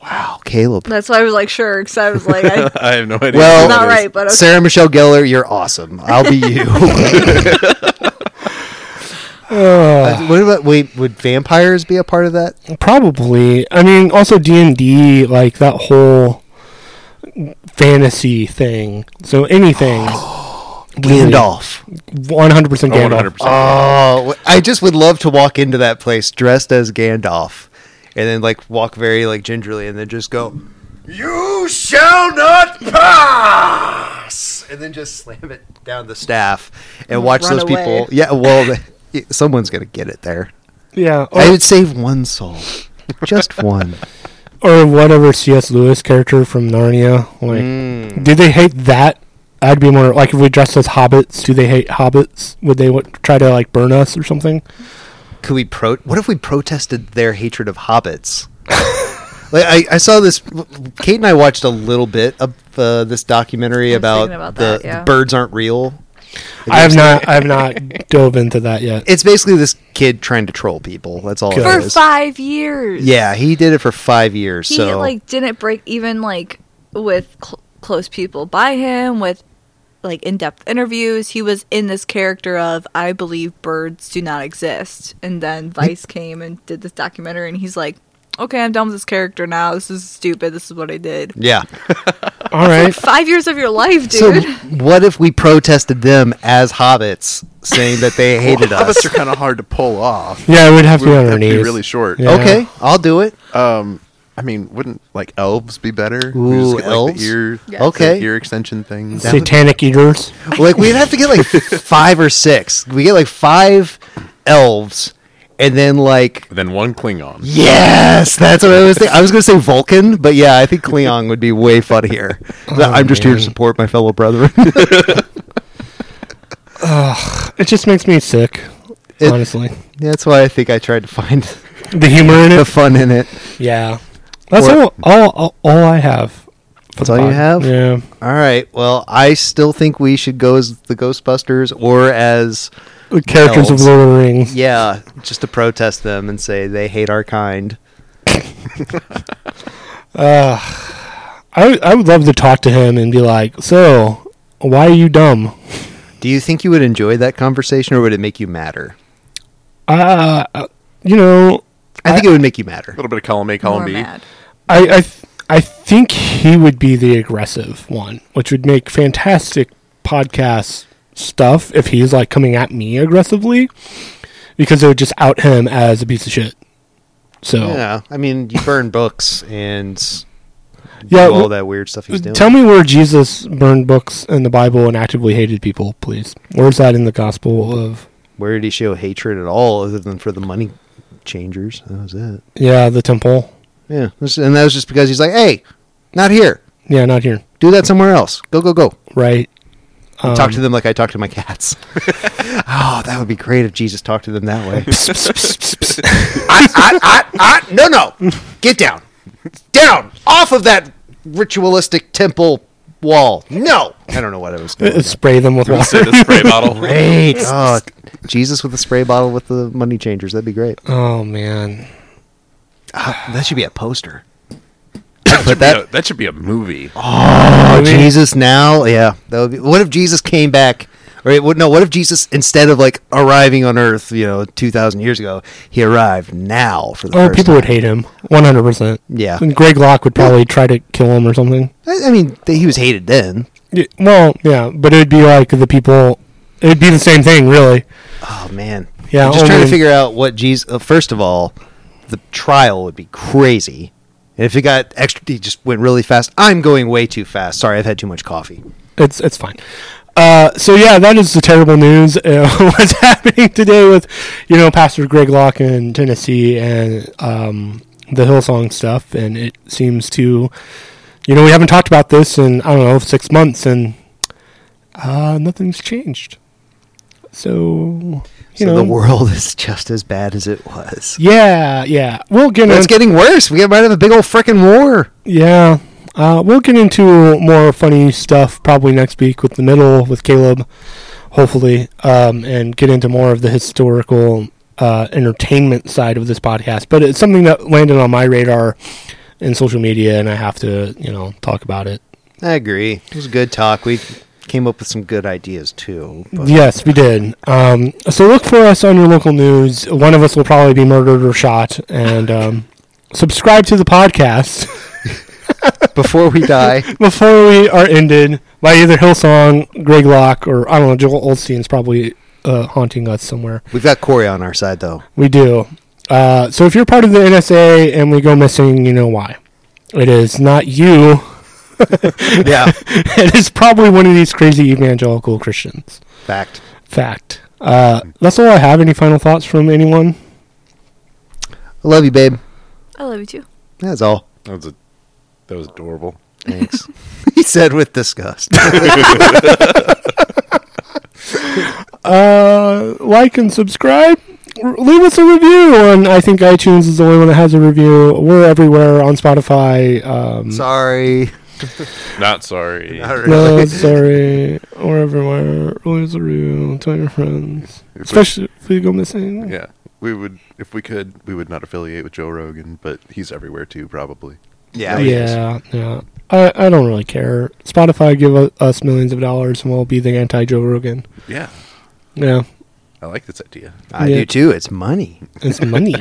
Speaker 2: Oh, Caleb.
Speaker 4: That's why I was like, sure, because I
Speaker 2: (laughs)
Speaker 4: was like, I,
Speaker 13: I have no idea.
Speaker 2: Well,
Speaker 4: Not right, but okay.
Speaker 2: Sarah Michelle Gellar, you're awesome. I'll be
Speaker 4: (laughs)
Speaker 2: you. Uh, (laughs) what about wait? Would vampires be a part of that?
Speaker 1: Probably. I mean, also D and D, like that whole fantasy thing. So anything.
Speaker 2: (gasps) Gandalf.
Speaker 1: One hundred percent
Speaker 2: Oh,
Speaker 1: Gandalf.
Speaker 2: Oh, wh- I just would love to walk into that place dressed as Gandalf, and then like walk very like gingerly, and then just go
Speaker 10: You shall not pass!
Speaker 2: And then just slam it down the staff and watch
Speaker 10: Run
Speaker 2: those
Speaker 10: away.
Speaker 2: people. Yeah, well, (laughs) th- someone's gonna get it there.
Speaker 1: Yeah.
Speaker 2: I
Speaker 1: or-
Speaker 2: would save one soul, just one.
Speaker 1: or whatever C.S. Lewis character from Narnia. Like,
Speaker 2: Mm.
Speaker 1: do they hate that? I'd be more like if we dressed as hobbits. Do they hate hobbits? Would they w- try to like burn us or something?
Speaker 2: could we pro what if we protested their hatred
Speaker 13: (laughs)
Speaker 2: of hobbits like I, I saw this kate and i watched a little bit of uh, this documentary about,
Speaker 1: about
Speaker 2: the,
Speaker 1: that,
Speaker 2: the
Speaker 1: yeah.
Speaker 2: birds aren't real
Speaker 1: I have not. I have (laughs) not dove into that yet.
Speaker 2: it's basically this kid trying to troll people that's all it
Speaker 4: for
Speaker 2: is
Speaker 4: five years.
Speaker 2: yeah he did it for five years
Speaker 4: He
Speaker 2: so
Speaker 4: like didn't break even like with cl- close people by him with like in-depth interviews. He was in this character of I believe birds do not exist, and
Speaker 2: Mm-hmm.
Speaker 4: then Vice came and did this documentary, and he's like, "Okay, I'm done with this character now. This is stupid. This is what I did."
Speaker 2: yeah
Speaker 1: all
Speaker 4: Like, five years of your life,
Speaker 2: so
Speaker 4: dude.
Speaker 2: what if we protested them as hobbits saying that
Speaker 13: (laughs)
Speaker 2: they hated
Speaker 13: Well,
Speaker 2: us
Speaker 13: Hobbits are kind of Oh, hard to pull off.
Speaker 1: Yeah, it would have to be on
Speaker 13: would
Speaker 1: our
Speaker 13: have
Speaker 1: knees.
Speaker 13: really short.
Speaker 1: Yeah.
Speaker 2: Okay, I'll do it.
Speaker 13: Um, I mean, wouldn't like elves be better? We get,
Speaker 2: Ooh,
Speaker 13: like, the
Speaker 2: elves?
Speaker 13: ear,
Speaker 2: Yes. Okay.
Speaker 13: the ear extension things.
Speaker 1: Satanic eaters.
Speaker 2: like we'd have to get (laughs) like five or six. We get like five elves, and then like
Speaker 13: Then one Klingon.
Speaker 2: yes, that's what I was thinking. I was gonna say Vulcan, but yeah, I think Klingon would be way funnier.
Speaker 1: Oh,
Speaker 2: I'm just here to
Speaker 1: man.
Speaker 2: support my fellow brethren. (laughs)
Speaker 1: Ugh, it just makes me sick.
Speaker 2: It-
Speaker 1: honestly,
Speaker 2: that's why I think I tried to find (laughs)
Speaker 1: the humor in it,
Speaker 2: the fun in it.
Speaker 1: (laughs) yeah, that's
Speaker 2: Or-
Speaker 1: all, all, all. All I have. for
Speaker 2: That's
Speaker 1: the
Speaker 2: all you
Speaker 1: pod.
Speaker 2: have.
Speaker 1: Yeah.
Speaker 2: All right. Well, I still think we should go as the Ghostbusters or as
Speaker 1: The characters of
Speaker 2: elves.
Speaker 1: Lord of the Rings.
Speaker 2: Yeah, just to protest them and say they hate our kind.
Speaker 1: Uh, I I would love to talk to him and be like, so why are you dumb?
Speaker 2: Do you think you would enjoy that conversation, or would it make you madder?
Speaker 1: Uh, you know,
Speaker 2: I think it would make you madder.
Speaker 13: A little bit of column A, column B.
Speaker 1: I I th- I think he would be the aggressive one, which would make fantastic podcast stuff if he's like coming at me aggressively, because it would just out him as a piece of shit. So
Speaker 2: yeah, I mean, you burn books and
Speaker 1: Yeah,
Speaker 2: do all
Speaker 1: well,
Speaker 2: that weird stuff he's doing.
Speaker 1: Tell me where Jesus burned books in the Bible and actively hated people, please. Where's that in the Gospel of?
Speaker 2: where did he show hatred at all, other than for the money changers? That was it.
Speaker 1: Yeah, the temple.
Speaker 2: Yeah, this- and that was just because he's like, "Hey, not here.
Speaker 1: Yeah, not here.
Speaker 2: Do that somewhere else. Go, go, go."
Speaker 1: Right.
Speaker 2: And talk to them like I talk to my (laughs) cats. oh, that would be great if Jesus talked to them that way. (laughs) Psst, psst, psst, (laughs) psst. Ah, ah, ah, ah, no, no. Get down. Down. Off of that ritualistic temple wall. No. I don't know what I was going
Speaker 1: Uh, spray them with
Speaker 2: You
Speaker 1: water.
Speaker 2: said a spray bottle. (laughs) Great. Oh, Jesus with a spray bottle with the money changers. That'd be great.
Speaker 1: Oh, man.
Speaker 2: Ah, (sighs) that should be a (coughs) poster.
Speaker 13: That should,
Speaker 2: that-
Speaker 13: be a, that should be a movie.
Speaker 2: Oh,
Speaker 13: I mean-
Speaker 2: Jesus now? Yeah. That would be, what if Jesus came back? Or it, would- no, what if Jesus instead of like arriving on Earth, you know, two thousand years ago, he arrived now for the
Speaker 1: Oh,
Speaker 2: first
Speaker 1: people would hate him. 100%.
Speaker 2: Yeah.
Speaker 1: And Greg Locke would probably try to kill him or something.
Speaker 2: I, I mean, th- he was hated then.
Speaker 1: Yeah, well, yeah, but it'd be like the people. It'd be the same thing, really.
Speaker 2: Oh man.
Speaker 1: Yeah,
Speaker 2: I'm just trying to
Speaker 1: only-
Speaker 2: figure out what Jesus. Uh, first of all, the trial would be crazy. And if it got extra, he just went really fast. I'm going way too fast. Sorry, I've had too much coffee.
Speaker 1: It's it's fine. Uh, so yeah, that is the terrible news. (laughs) Uh, what's happening today with, you know, Pastor Greg Locke in Tennessee and um, the Hillsong stuff, and it seems to, you know, we haven't talked about this in I don't know six months, and uh, nothing's changed. So you
Speaker 2: so
Speaker 1: know,
Speaker 2: the world (laughs) is just as bad as it was.
Speaker 1: Yeah, yeah. We'll get.
Speaker 2: But it's
Speaker 1: into-
Speaker 2: getting worse. We might have a big old frickin' war.
Speaker 1: Yeah. Uh, we'll get into more funny stuff probably next week with the middle with Caleb, hopefully, um, and get into more of the historical uh, entertainment side of this podcast. But it's something that landed on my radar in social media, and I have to, you know, talk about it.
Speaker 2: I agree. It was a good talk. We came up with some good ideas too. but-
Speaker 1: Yes, we did. Um, so look for us on your local news. One of us will probably be murdered or shot, and um, subscribe to the podcast.
Speaker 2: (laughs)
Speaker 1: (laughs)
Speaker 2: Before we die.
Speaker 1: Before we are ended by either Hillsong, Greg Locke, or I don't know, Joel Olstein's probably uh, haunting us somewhere.
Speaker 2: (laughs) We've got Corey on our side (laughs) though.
Speaker 1: We do. Uh, so if you're part of the NSA and we go missing, you know why. It is not you. (laughs)
Speaker 2: yeah.
Speaker 1: It is probably one of these crazy evangelical Christians.
Speaker 2: Fact.
Speaker 1: Fact. Uh, that's all I have. Any final thoughts from anyone?
Speaker 2: I love you, babe.
Speaker 4: I love you too.
Speaker 2: That's all.
Speaker 13: That was a, that was adorable.
Speaker 2: (laughs) Thanks. he said with disgust.
Speaker 1: uh, like and subscribe. R- Leave us a review on. I think iTunes is the only one that has a review. We're everywhere on Spotify. Um,
Speaker 2: (laughs) sorry.
Speaker 13: Not sorry.
Speaker 1: No, sorry. We're everywhere. Leave us a review. Tell your friends.
Speaker 13: If we-
Speaker 1: Especially if you go missing.
Speaker 13: Yeah, we would if we could. We would not affiliate with Joe Rogan, but he's everywhere too, probably.
Speaker 2: Yeah.
Speaker 1: Yeah. Yeah. I, I don't really care. Spotify give u- us millions of dollars and we'll be the anti Joe Rogan.
Speaker 13: Yeah,
Speaker 1: Yeah.
Speaker 13: I like this idea.
Speaker 2: I
Speaker 1: Yeah.
Speaker 2: do too. It's money.
Speaker 1: It's money.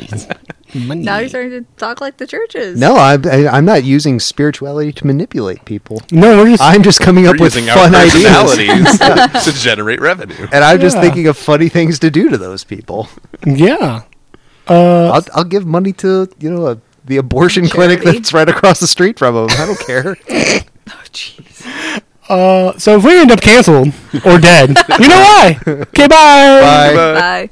Speaker 1: money.
Speaker 4: Now you're starting to talk like the churches.
Speaker 2: No, I, I, I'm not using spirituality to manipulate people.
Speaker 1: No, we're just.
Speaker 2: I'm just coming up
Speaker 13: We're
Speaker 2: with
Speaker 13: using our
Speaker 2: fun ideas,
Speaker 13: personalities (laughs) to generate revenue.
Speaker 2: (laughs) and I'm just
Speaker 1: Yeah.
Speaker 2: thinking of funny things to do to those people.
Speaker 1: Yeah. Uh,
Speaker 2: I'll, I'll give money to you know a, the abortion clinic
Speaker 1: Charity.
Speaker 2: that's right across the street from them. I don't care.
Speaker 1: uh, so if we end up canceled or dead, you know why? Okay, bye.
Speaker 2: Bye.
Speaker 4: Bye.